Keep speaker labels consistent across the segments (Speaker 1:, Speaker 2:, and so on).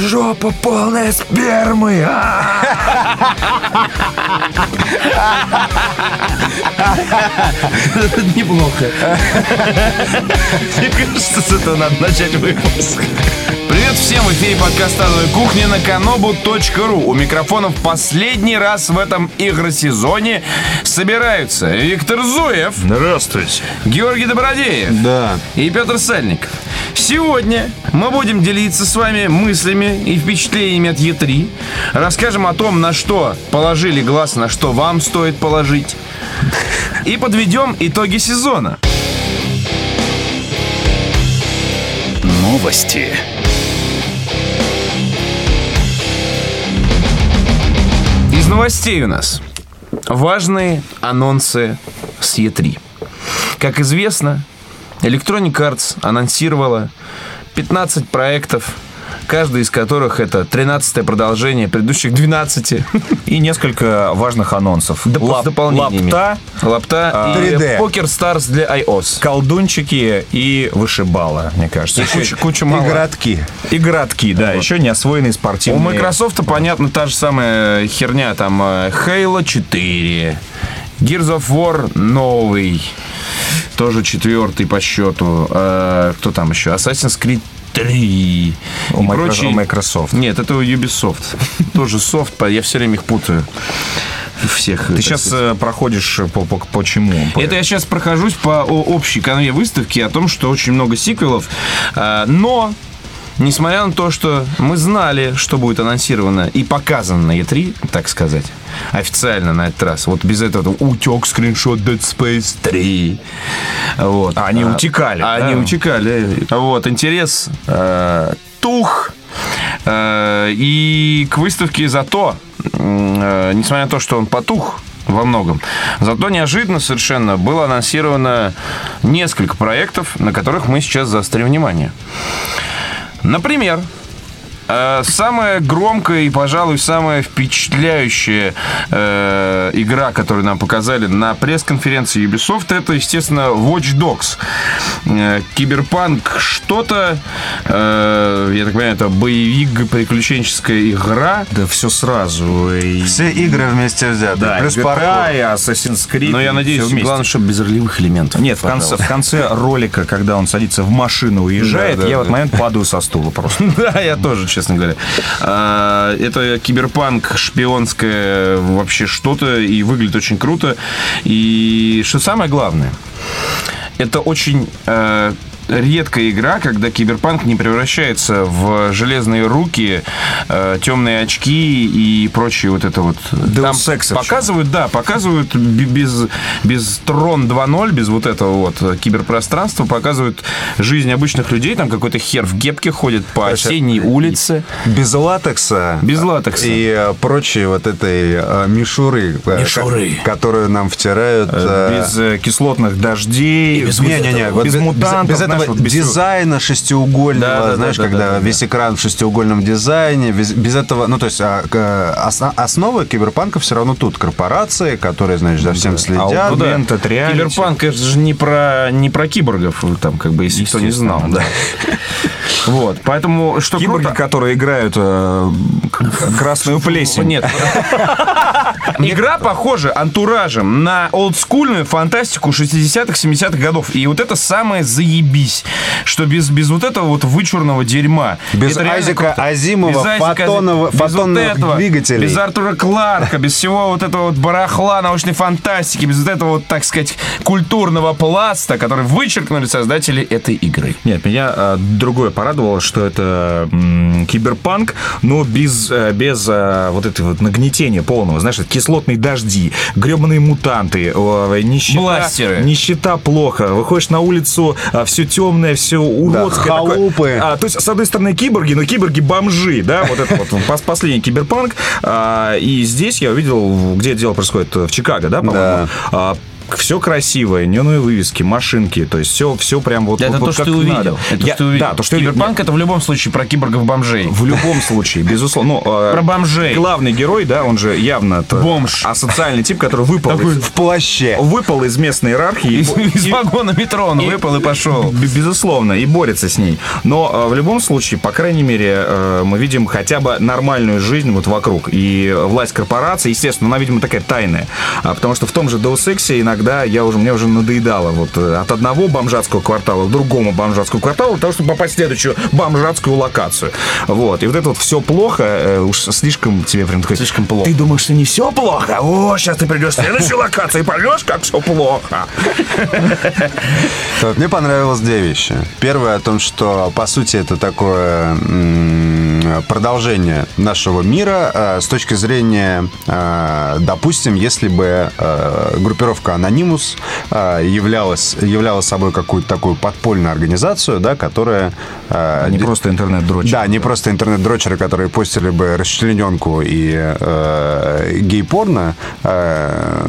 Speaker 1: Жопа полная спермы. А!
Speaker 2: Неплохо.
Speaker 3: Мне кажется, с этого надо начать выпуск. Привет всем, в эфире подкаст «Адовая кухня» на kanobu.ru. У микрофонов последний раз в этом игросезоне собираются Виктор Зуев,
Speaker 1: Здравствуйте.
Speaker 3: Георгий Добродеев
Speaker 2: Да.
Speaker 3: и Петр Сальников. Сегодня мы будем делиться с вами мыслями и впечатлениями от Е3. Расскажем о том, на что положили глаз, на что вам стоит положить. И подведем итоги сезона.
Speaker 4: Новости.
Speaker 3: Из новостей у нас важные анонсы с E3. Как известно, Electronic Arts анонсировала 15 проектов, каждый из которых это 13 продолжение предыдущих 12.
Speaker 1: И несколько важных анонсов.
Speaker 3: Доп-
Speaker 1: Лап-
Speaker 3: с дополнениями.
Speaker 1: Лапта,
Speaker 3: Лапта и
Speaker 2: 3D.
Speaker 3: Poker Stars для iOS.
Speaker 1: колдунчики и вышибала, мне кажется.
Speaker 3: И
Speaker 1: Еще
Speaker 3: куча, куча мало.
Speaker 2: И городки.
Speaker 1: и городки, да, еще не освоенные
Speaker 3: У
Speaker 1: спортивные.
Speaker 3: Microsoft, понятно, та же самая херня. Там э, Halo 4, Gears of War новый, тоже четвертый по счету. Э, кто там еще? Assassin's Creed 3
Speaker 1: У
Speaker 3: и
Speaker 1: Micro-
Speaker 3: прочие.
Speaker 1: у Microsoft.
Speaker 3: Нет, это у Ubisoft. Тоже софт, по- я все время их путаю. Всех.
Speaker 1: Ты
Speaker 3: так
Speaker 1: сейчас
Speaker 3: сказать.
Speaker 1: э, проходишь по, по, по чему? По-
Speaker 3: Это я сейчас прохожусь по о- общей канве выставки о том, что очень много сиквелов. А, Но, несмотря на то, что мы знали, что будет анонсировано и показано на E3, так сказать, официально на этот раз. Вот без этого утек скриншот Dead Space 3. Вот.
Speaker 1: А они утекали,
Speaker 3: А
Speaker 1: да?
Speaker 3: они утекали. Вот, интерес э, тух. Э, И к выставке зато, м, э, несмотря на то, что он потух во многом, зато неожиданно совершенно было анонсировано несколько проектов, на которых мы сейчас заострим внимание. Например, э, самая громкая и, пожалуй, самая впечатляющая э, игра, которую нам показали на пресс-конференции Ubisoft, это, естественно, Watch Dogs. Э, Киберпанк что-то, э, я так понимаю, это боевик, приключенческая игра.
Speaker 1: Да все сразу. И...
Speaker 2: Все игры вместе взяты.
Speaker 1: Да,
Speaker 2: Плюс
Speaker 1: и GTA,
Speaker 2: паркур.
Speaker 1: и Assassin's Creed.
Speaker 3: Но
Speaker 1: и
Speaker 3: я
Speaker 1: всё
Speaker 3: надеюсь,
Speaker 1: вместе.
Speaker 3: главное, чтобы без ролевых элементов.
Speaker 1: Нет, в конце, в конце ролика, когда он садится в машину и уезжает,
Speaker 3: Да, да,
Speaker 1: я в этот
Speaker 3: да.
Speaker 1: момент падаю со стула просто.
Speaker 3: Да, я тоже, честно говоря. А, Это киберпанк, шпионское вообще что-то, и выглядит очень круто. И что самое главное, это очень э, редкая игра, когда киберпанк не превращается в железные руки, э, темные очки и прочие вот это вот.
Speaker 1: Deus Ex, в общем.
Speaker 3: показывают, да, показывают б- без, без Трон 2.0, без вот этого вот э, киберпространства, показывают жизнь обычных людей, там какой-то хер в гепке ходит по осенней улице.
Speaker 2: Без латекса.
Speaker 3: Без латекса.
Speaker 2: И э, прочей вот этой э, мишуры, э,
Speaker 4: Мишуры.
Speaker 2: ко- которую нам втирают. э,
Speaker 1: Без э, кислотных дождей, без,
Speaker 2: Не-не-не, вот
Speaker 1: без
Speaker 2: бе-
Speaker 1: мутантов,
Speaker 2: без
Speaker 1: знаешь,
Speaker 2: этого
Speaker 1: вот без всего.
Speaker 2: дизайна шестиугольного,
Speaker 3: Да, да, да,
Speaker 2: знаешь,
Speaker 3: да,
Speaker 2: когда
Speaker 3: да, да,
Speaker 2: весь экран в шестиугольном дизайне, без, без этого, ну, то есть а, к- а, осно- основа киберпанка все равно тут корпорации, которые, значит, за всем следят.
Speaker 1: А вот,
Speaker 3: Ну да.
Speaker 1: Augmented reality.
Speaker 3: Киберпанк, это же не про, не про киборгов, там, как бы, если кто не знал. Да. Вот, поэтому, что
Speaker 1: Киборги,
Speaker 3: круто...
Speaker 1: которые играют э, к- красную плесень.
Speaker 3: Нет. Игра похожа антуражем на олдскульную фантастику 60-х, 70-х годов. И вот это самое заебись, что без, без вот этого вот вычурного дерьма.
Speaker 2: Без
Speaker 3: Это реально
Speaker 2: Айзека
Speaker 3: круто.
Speaker 2: Азимова,
Speaker 3: Без Айзека Ази-
Speaker 2: фотонного-
Speaker 3: без вот
Speaker 2: фотонных
Speaker 3: этого,
Speaker 2: двигателей.
Speaker 3: Без Артура Кларка, без всего вот этого вот барахла научной фантастики, без вот этого вот, так сказать, культурного пласта, который вычеркнули создатели этой игры.
Speaker 1: Нет, меня э, другое порадовало, что это м, киберпанк, но без, э, без э, вот этого вот нагнетения полного. Знаешь, это кислотные дожди, гребаные мутанты, э, нищета,
Speaker 3: Бластеры.
Speaker 1: нищета плохо. Выходишь на улицу, а, все темное, все уродское. такое.
Speaker 2: халупы.
Speaker 1: А, то есть, с одной стороны, киборги, но киборги-бомжи, да, вот это вот пос- последний киберпанк. А, и здесь я увидел, где дело происходит, в Чикаго, да, по-моему?
Speaker 2: Да.
Speaker 1: А, все красивое, неоновые вывески, машинки, то есть все, все прям вот
Speaker 3: Это
Speaker 1: вот-
Speaker 3: то,
Speaker 1: вот
Speaker 3: что
Speaker 1: как
Speaker 3: ты
Speaker 1: надо.
Speaker 3: увидел. Это
Speaker 1: Я-
Speaker 3: что ты увидел.
Speaker 1: Да, то, что я увидел.
Speaker 3: Киберпанк это в любом случае про киборгов-бомжей.
Speaker 1: В любом случае, безусловно. Ну, э,
Speaker 3: Про бомжей.
Speaker 1: Главный герой, да, он же явно то-
Speaker 3: Бомж.
Speaker 1: асоциальный тип, который выпал,
Speaker 2: Такой
Speaker 1: из,
Speaker 2: в плаще.
Speaker 1: выпал из местной иерархии.
Speaker 3: Из,
Speaker 1: И-
Speaker 3: из
Speaker 1: и-
Speaker 3: вагона метро он
Speaker 1: и-
Speaker 3: выпал и пошел.
Speaker 1: Б- Безусловно, и борется с ней. Но э, в любом случае, по крайней мере, э, мы видим хотя бы нормальную жизнь вот вокруг. И э, власть корпорации, естественно, она, видимо, такая тайная. А, потому что в том же Deus Ex иногда я уже, мне уже надоедало вот э, от одного бомжатского квартала к другому бомжатскому кварталу, для того, чтобы попасть в следующую бомжатскую локацию. Вот. И вот это вот все плохо, э, уж слишком тебе прям такой...
Speaker 3: Слишком плохо.
Speaker 1: Ты думаешь, что не все плохо? О, сейчас ты придешь в следующую локацию и поймешь, как все плохо.
Speaker 2: Вот Мне понравилось две вещи. Первое о том, что, по сути, это такое м, продолжение нашего мира э, с точки зрения, э, допустим, если бы э, группировка Anonymous э, являлась, являла собой какую-то такую подпольную организацию, да, которая... э,
Speaker 1: А не просто интернет-дрочка.
Speaker 2: да, не просто интернет-дрочеры, которые постили бы расчлененку и э, гей-порно э,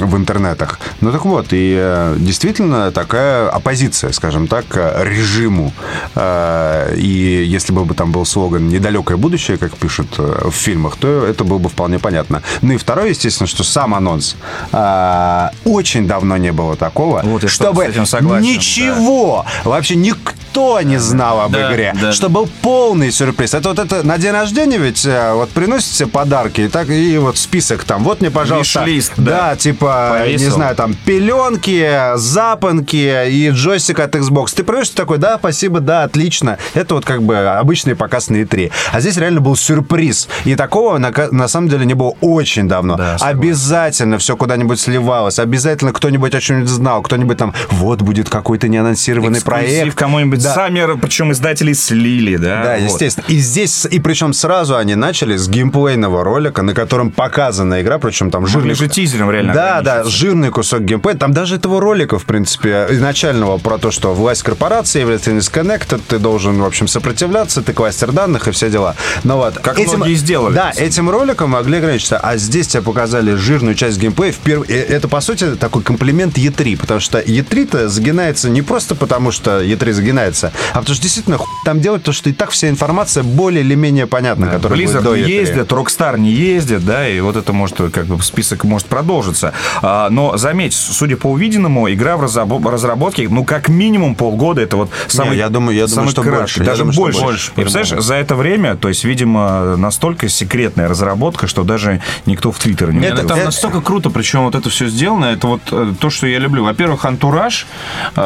Speaker 2: в интернетах. Ну так вот, и э, действительно такая оппозиция, скажем так, э, режиму. Э, и если бы там был слоган «недалекое будущее», как пишут э, в фильмах, то это было бы вполне понятно. Ну и второе, естественно, что сам анонс. Э, очень давно не было такого,
Speaker 1: Вот я с
Speaker 2: чтобы
Speaker 1: этим согласен, да.
Speaker 2: ничего, вообще никто не знал об
Speaker 3: Да,
Speaker 2: игре,
Speaker 3: да.
Speaker 2: что это был полный сюрприз. Это вот это на день рождения ведь э, вот приносите подарки и так и вот список там. Вот мне, пожалуйста,
Speaker 1: Виш-лист, да.
Speaker 2: да, типа
Speaker 1: Повесил.
Speaker 2: не знаю там пеленки, запонки и джойстик от Xbox. Ты приносишь ты такой, да, спасибо, да, отлично. Это вот как бы обычный показ на E3. А здесь реально был сюрприз и такого на, ка- на самом деле не было очень давно.
Speaker 1: Да, согласен.
Speaker 2: обязательно все куда-нибудь сливалось, обязательно кто-нибудь о чем-нибудь знал, кто-нибудь там вот будет какой-то неанонсированный
Speaker 1: эксклюзив
Speaker 2: проект.
Speaker 1: кому-нибудь
Speaker 2: Да.
Speaker 1: Саммер, причем издатели слили, да?
Speaker 2: Да,
Speaker 1: вот.
Speaker 2: естественно. И здесь, и причем сразу они начали с геймплейного ролика, на котором показана игра, причем там
Speaker 1: Могли
Speaker 2: жирный...
Speaker 1: же тизером реально
Speaker 2: Да, да,
Speaker 1: ограничиться.
Speaker 2: жирный кусок геймплея. Там даже этого ролика, в принципе, изначального про то, что власть корпорации является disconnected, ты должен, в общем, сопротивляться, ты кластер данных и все дела. Но вот...
Speaker 1: Как многие сделали,
Speaker 2: Да,
Speaker 1: кстати.
Speaker 2: этим роликом могли ограничиться, а здесь тебе показали жирную часть геймплея. Вперв- и Это, по сути, такой комплимент E3, потому что E3-то загинается не просто потому, что E3 загинается, а потому что действительно хуй там делать то, что и так вся информация более или менее понятна, которая будет до
Speaker 1: Э,
Speaker 2: E
Speaker 1: Blizzard не
Speaker 2: E3.
Speaker 1: ездят, Rockstar не ездит, да, и вот это может, э, как бы, список может продолжиться. А, но заметь, судя по увиденному, игра в разрабо- разработке, ну, как минимум полгода, это вот самый...
Speaker 2: я думаю- я думаю,
Speaker 1: самый
Speaker 2: что
Speaker 1: краткий,
Speaker 2: больше. Я
Speaker 1: Даже
Speaker 2: думаю, что
Speaker 1: больше.
Speaker 2: больше,
Speaker 1: И, представляешь, за это время, то есть, видимо, настолько секретная разработка, что даже никто в Твиттер не
Speaker 3: Это,
Speaker 1: ударился.
Speaker 3: ну там
Speaker 2: это-
Speaker 3: настолько круто, причем вот это все сделано. Это вот э, то, что я люблю. Во-первых, антураж,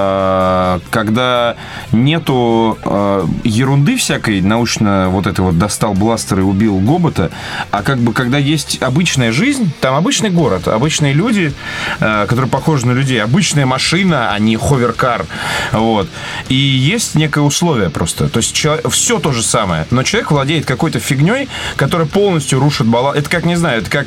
Speaker 3: э, когда нету э, ерунды всякой, научно вот это вот достал бластер и убил Гобота, а как бы когда есть обычная жизнь, там обычный город, обычные люди, э, которые похожи на людей, обычная машина, а не ховеркар, вот. И есть некое условие просто. То есть все то же самое, но человек владеет какой-то фигней, которая полностью рушит баланс. Это как, не знаю, это как,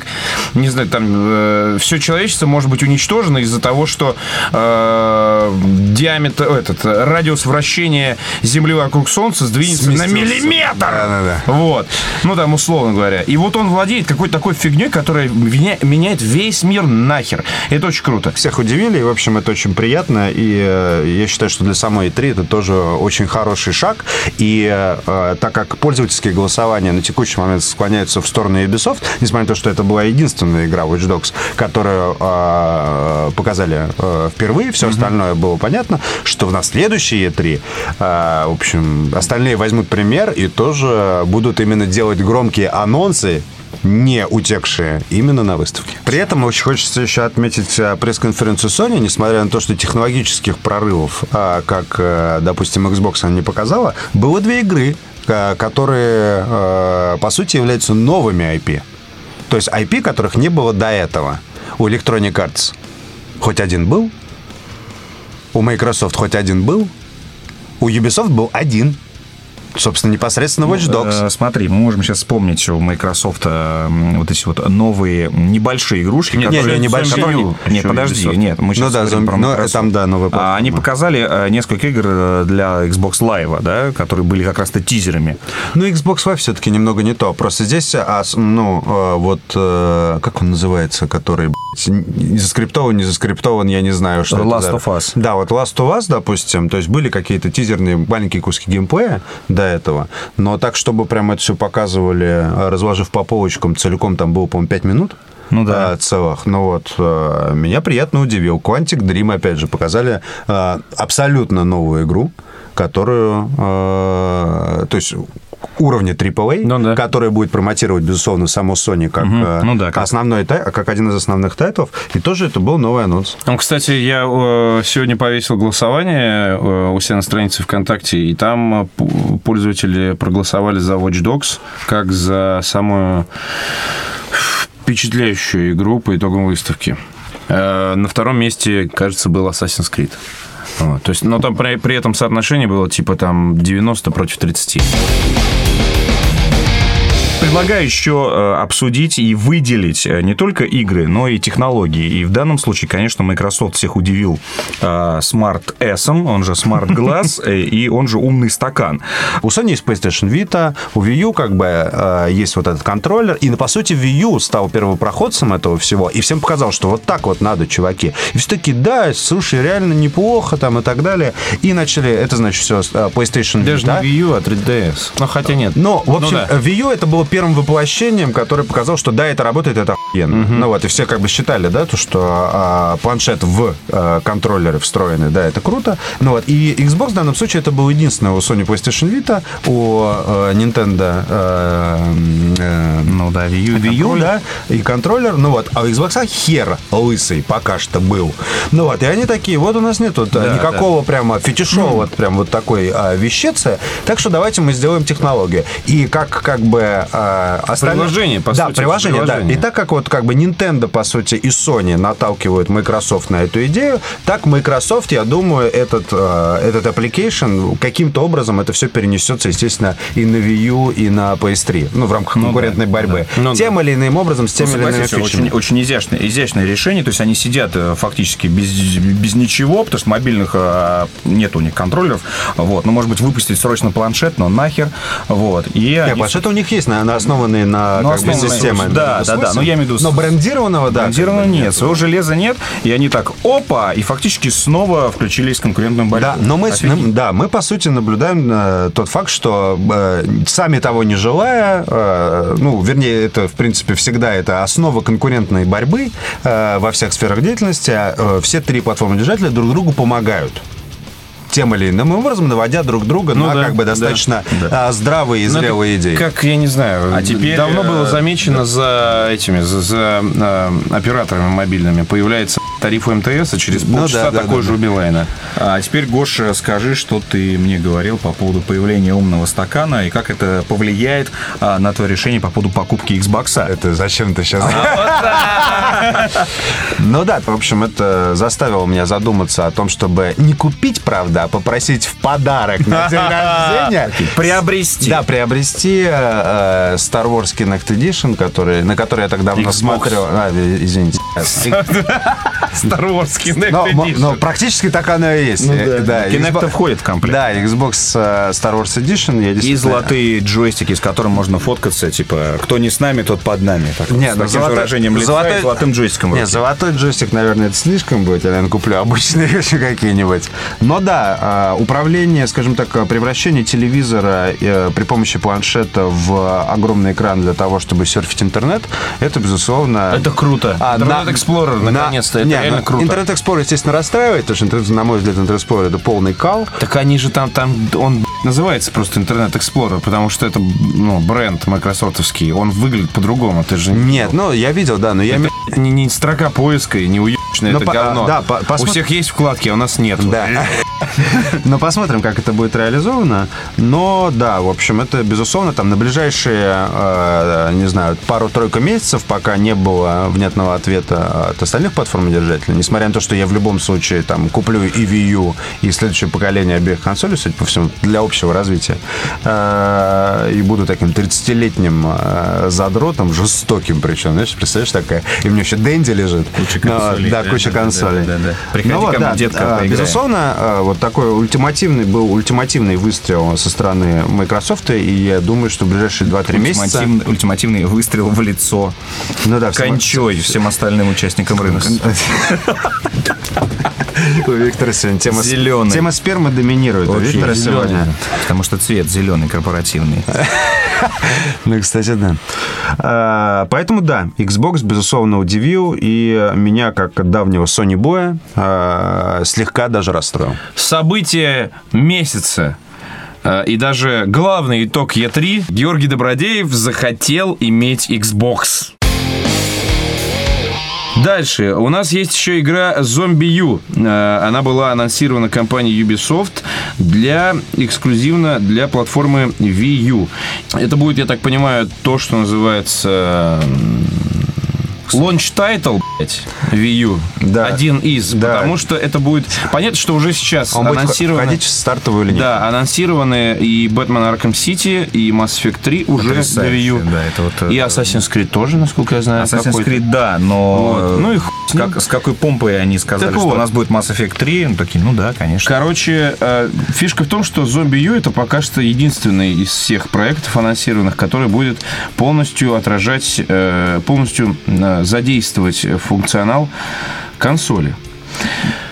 Speaker 3: не знаю, там все человечество может быть уничтожено из-за того, что э, диаметр, о, этот, э, радиус вращения Земли вокруг Солнца сдвинется на
Speaker 2: Сместился.
Speaker 3: миллиметр.
Speaker 2: Да-да-да.
Speaker 3: Вот. Ну, там, условно говоря. И вот он владеет какой-то такой фигней, которая меня- меняет весь мир нахер. Это очень круто.
Speaker 2: всех удивили, и, в общем, это очень приятно, и э, я считаю, что для самой E3 это тоже очень хороший шаг, и э, так как пользовательские голосования на текущий момент склоняются в сторону Ubisoft, несмотря на то, что это была единственная игра Watch Dogs, которую э, показали э, впервые, все остальное было понятно, что на следующей E3, э, в общем, остальные возьмут пример и тоже будут именно делать громкие анонсы, не утекшие именно на выставке. При этом очень хочется еще отметить э, пресс-конференцию Sony, несмотря на то, что технологических прорывов, а, как, э, допустим, Xbox она не показала, было две игры, э, которые, э, по сути, являются новыми IP. То есть IP, которых не было до этого у Electronic Arts. Хоть один был, у Microsoft хоть один был, у Ubisoft был один. Собственно, непосредственно Watch Dogs.
Speaker 1: Э, Смотри, мы можем сейчас вспомнить у Microsoft э, м, вот эти вот новые небольшие игрушки,
Speaker 3: Нет,
Speaker 1: которые...
Speaker 2: нет, небольшие.
Speaker 1: которые-
Speaker 3: Еще
Speaker 1: Нет, подожди,
Speaker 3: Ubisoft.
Speaker 1: нет, мы сейчас
Speaker 2: Ну да,
Speaker 1: говорим
Speaker 2: зомби-
Speaker 1: про
Speaker 2: ну,
Speaker 1: Microsoft.
Speaker 2: там, да, новая
Speaker 1: А,
Speaker 2: платформа.
Speaker 1: Они показали э, несколько игр э, для Xbox Live, да, которые были как раз-то тизерами.
Speaker 2: Ну, Xbox Live все-таки немного не то. Просто здесь, а, с- ну, э, вот, э, как он называется, который, Не заскриптован, не заскриптован, я не знаю, что
Speaker 1: Last
Speaker 2: это за-
Speaker 1: of Us.
Speaker 2: Да, вот Last of Us, допустим, то есть были какие-то тизерные маленькие куски геймплея до этого, но так, чтобы прям это все показывали, э, разложив по полочкам, целиком там было, по-моему, 5 минут.
Speaker 1: Ну да.
Speaker 2: э, целых. Ну вот, э, меня приятно удивил. Quantic Dream, опять же, показали э, абсолютно новую игру, которую, э, то есть уровня AAA,
Speaker 3: Ну да.
Speaker 2: который будет промотировать, безусловно, само Sony как,
Speaker 1: Мгм.
Speaker 2: э,
Speaker 1: Ну да, как-
Speaker 2: основной, тай- как один из основных тайтлов. И тоже это был новый анонс.
Speaker 3: Ну, кстати, я э, сегодня повесил голосование э, у себя на странице ВКонтакте, и там э, пу- пользователи проголосовали за Watch Dogs как за самую впечатляющую игру по итогам выставки. Э, на втором месте, кажется, был Assassin's Creed. Вот, то есть, но там при, при этом соотношение было типа там 90 против 30.
Speaker 1: Предлагаю еще э, обсудить и выделить э, не только игры, но и технологии. И в данном случае, конечно, Microsoft всех удивил э, Smart S, он же Smart Glass, э, и он же умный стакан.
Speaker 2: У Sony есть PlayStation Vita, у Wii U как бы э, есть вот этот контроллер. И, по сути, Wii U стал первопроходцем этого всего. И всем показал, что вот так вот надо, чуваки. И все таки да, слушай, реально неплохо там и так далее. И начали, это значит все, PlayStation
Speaker 3: Даже
Speaker 2: Vita.
Speaker 3: не Wii U, а 3DS. Ну, хотя нет.
Speaker 2: Но, в общем, э,
Speaker 3: да.
Speaker 2: Wii U это было первым воплощением, которое показал, что да, это работает, это охуенно. Ну вот, и все как бы считали, да, то, что а, планшет в а, контроллеры встроены, да, это круто. Ну вот, и Xbox в данном случае это был единственное у Sony PlayStation Vita, у а, Nintendo а, м, э,
Speaker 1: Ну да, Wii
Speaker 2: Wii U, да, и контроллер, ну вот, а у Xbox хер лысый пока что был. Ну вот, и они такие, вот у нас нет вот, а, никакого прямо
Speaker 3: Ну.
Speaker 2: фетишового вот прям вот такой а, вещицы, так что давайте мы сделаем технологию. И как как бы а, остальное-
Speaker 3: Приложение, по
Speaker 2: да,
Speaker 3: сути,
Speaker 2: приложение,
Speaker 3: приложение.
Speaker 2: да. И так как вот как бы Nintendo, по сути, и Sony наталкивают Microsoft на эту идею, так Microsoft, я думаю, этот, а, этот application каким-то образом это все перенесется, естественно, и на Wii U, и на PS3, ну, в рамках конкурентной борьбы.
Speaker 3: Ну
Speaker 2: Тем или иным образом, с тем или иными
Speaker 1: Согласись, Ну, очень,
Speaker 2: фичами.
Speaker 1: очень изящное, изящное решение. То есть они сидят э, фактически без, без ничего, потому что мобильных э, нет у них контроллеров. Вот. Ну, может быть, выпустить срочно планшет, но нахер. Вот. И
Speaker 2: Нет,
Speaker 1: они-
Speaker 2: планшеты у них есть, на, на основанные на
Speaker 1: Ну,
Speaker 2: как бы,
Speaker 1: основанные,
Speaker 2: системы.
Speaker 1: да, да, да, но я имею в виду-
Speaker 2: Но брендированного, да.
Speaker 1: Гарантированно
Speaker 2: как бы,
Speaker 1: нет, своего железа нет, и они так, опа, и фактически снова включились в конкурентную борьбу.
Speaker 2: Да, но мы, с-
Speaker 1: Офигеть.
Speaker 2: да, мы по сути наблюдаем э, тот факт, что э, сами того не желая, э, ну, вернее, это в принципе всегда это основа конкурентной борьбы э, во всех сферах деятельности. э, все три платформы держателя друг другу помогают тем или иным образом, наводя друг друга
Speaker 3: Ну
Speaker 2: на
Speaker 3: да,
Speaker 2: как бы
Speaker 3: да,
Speaker 2: достаточно э, здравые и
Speaker 3: Ну, это
Speaker 2: зрелые идеи.
Speaker 3: Как, я не знаю.
Speaker 1: А теперь,
Speaker 3: Давно
Speaker 1: э,
Speaker 3: было замечено за этими, за, за, э, операторами мобильными. Появляется тариф у МТС, а через
Speaker 2: Ну
Speaker 3: полчаса
Speaker 2: да, да,
Speaker 3: такой
Speaker 2: да,
Speaker 3: же у Билайна.
Speaker 1: А теперь, Гоша, скажи, что ты мне говорил по поводу появления умного стакана и как это повлияет а, на твое решение по поводу покупки Xbox.
Speaker 2: Это зачем ты сейчас?
Speaker 1: А,
Speaker 2: Ну да, в общем, это заставило меня задуматься о том, чтобы не купить, правда, а попросить в подарок на день рождения.
Speaker 1: Приобрести.
Speaker 2: Да, приобрести э, э, Star Wars Kinect Edition, который, на который я так давно
Speaker 3: Xbox.
Speaker 2: смотрел. А, э, извините.
Speaker 3: Star Wars Kinect
Speaker 2: Но, мо-
Speaker 3: Edition.
Speaker 2: но практически так оно и есть. Э, да,
Speaker 1: Ну Kinect
Speaker 2: Xbox-
Speaker 1: входит в комплект.
Speaker 2: Да, Xbox э, Star Wars Edition. Я
Speaker 1: И
Speaker 2: действительно-
Speaker 1: золотые джойстики, с которым можно фоткаться, типа, кто не с нами, тот под нами. Так, вот,
Speaker 2: Не,
Speaker 1: с
Speaker 2: ну,
Speaker 1: таким же
Speaker 2: золотой-
Speaker 1: выражением лица
Speaker 2: золотой-
Speaker 1: и золотым джойстиком. в
Speaker 2: Не,
Speaker 1: руке.
Speaker 2: золотой джойстик, наверное, это слишком будет. Я, наверное, куплю обычные еще какие-нибудь. Но да, а, управление, скажем так, превращение телевизора э, при помощи планшета в огромный экран для того, чтобы серфить интернет, это, безусловно... а,
Speaker 3: Это круто.
Speaker 1: А,
Speaker 3: Internet Explorer, наконец-то, это реально круто.
Speaker 2: ну, Интернет Explorer, естественно, расстраивает, потому что, интернет- на мой взгляд, Интернет Explorer это полный кал.
Speaker 3: Так они же там, там, он б***ь, называется просто Internet Explorer, потому что это, ну, бренд майкрософтовский, он выглядит по-другому, ты же не...
Speaker 2: Нет, ну, я видел, да, но я... имею-
Speaker 3: Это не, не строка поиска и не уебищное
Speaker 2: Ну,
Speaker 3: это
Speaker 2: по-
Speaker 3: говно.
Speaker 2: да, по-
Speaker 3: у
Speaker 2: посмотри-
Speaker 3: всех есть вкладки, а у нас нет.
Speaker 2: Да. Но посмотрим, как это будет реализовано. Но да, в общем, это безусловно там на ближайшие, э, не знаю, пару-тройку месяцев, пока не было внятного ответа от остальных платформодержателей, несмотря на то, что я в любом случае там куплю и Wii U, и следующее поколение обеих консолей, судя по всему, для общего развития, э, и буду таким 30-летним э, задротом, жестоким причем, знаешь, представляешь, такая, и у меня еще Дэнди лежит.
Speaker 1: Куча
Speaker 2: Ну,
Speaker 1: консолей.
Speaker 2: Да, куча консолей. Ну
Speaker 3: да, да, да.
Speaker 1: Приходи ко мне, детка,
Speaker 2: а,
Speaker 1: поиграем.
Speaker 2: Безусловно, а, вот такой ультимативный был ультимативный выстрел со стороны Microsoft, и я думаю, что в ближайшие 2-3 месяца...
Speaker 1: Ультимативный, ультимативный выстрел в лицо.
Speaker 2: Ну да, в самом-
Speaker 1: Кончой всем остальным участникам рынка.
Speaker 2: У Виктора сегодня тема, с-
Speaker 1: Зелёный.
Speaker 2: тема спермы доминирует. у
Speaker 1: Очень
Speaker 2: Виктора
Speaker 1: зелёный.
Speaker 2: сегодня.
Speaker 1: Потому что цвет зеленый корпоративный.
Speaker 2: Ну, кстати, да. А, Поэтому, да, Xbox, безусловно, удивил, и меня, как давнего Sony Боя, слегка даже расстроил.
Speaker 3: событие месяца. Э, И даже главный итог Е3 Георгий Добродеев захотел иметь Xbox. Дальше. У нас есть еще игра Zombie U. Э, Она была анонсирована компанией Ubisoft для эксклюзивно для платформы Wii U. Это будет, я так понимаю, то, что называется м, Launch title, блядь, Wii U.
Speaker 2: Да.
Speaker 3: Один из.
Speaker 2: Да.
Speaker 3: Потому что это будет... Понятно, что уже сейчас
Speaker 2: Он будет
Speaker 3: анонсировано...
Speaker 2: входить в стартовую линию.
Speaker 3: Да, анонсированы и Batman Arkham City, и Mass Effect 3 уже для Wii
Speaker 1: Потрясающе,
Speaker 3: U.
Speaker 1: да, это вот, э,
Speaker 3: и Assassin's Creed тоже, насколько я знаю.
Speaker 1: Assassin's
Speaker 3: какой-то.
Speaker 1: Creed, да, но...
Speaker 3: Вот.
Speaker 1: э,
Speaker 3: Ну и хуй с
Speaker 1: с, как- с какой помпой они сказали,
Speaker 3: Так
Speaker 1: что
Speaker 3: вот.
Speaker 1: у нас будет Mass Effect 3? Ну, такие, ну да, конечно.
Speaker 3: Короче, э, фишка в том, что Zombie U это пока что единственный из всех проектов анонсированных, который будет полностью отражать, э, полностью э, задействовать функционал консоли.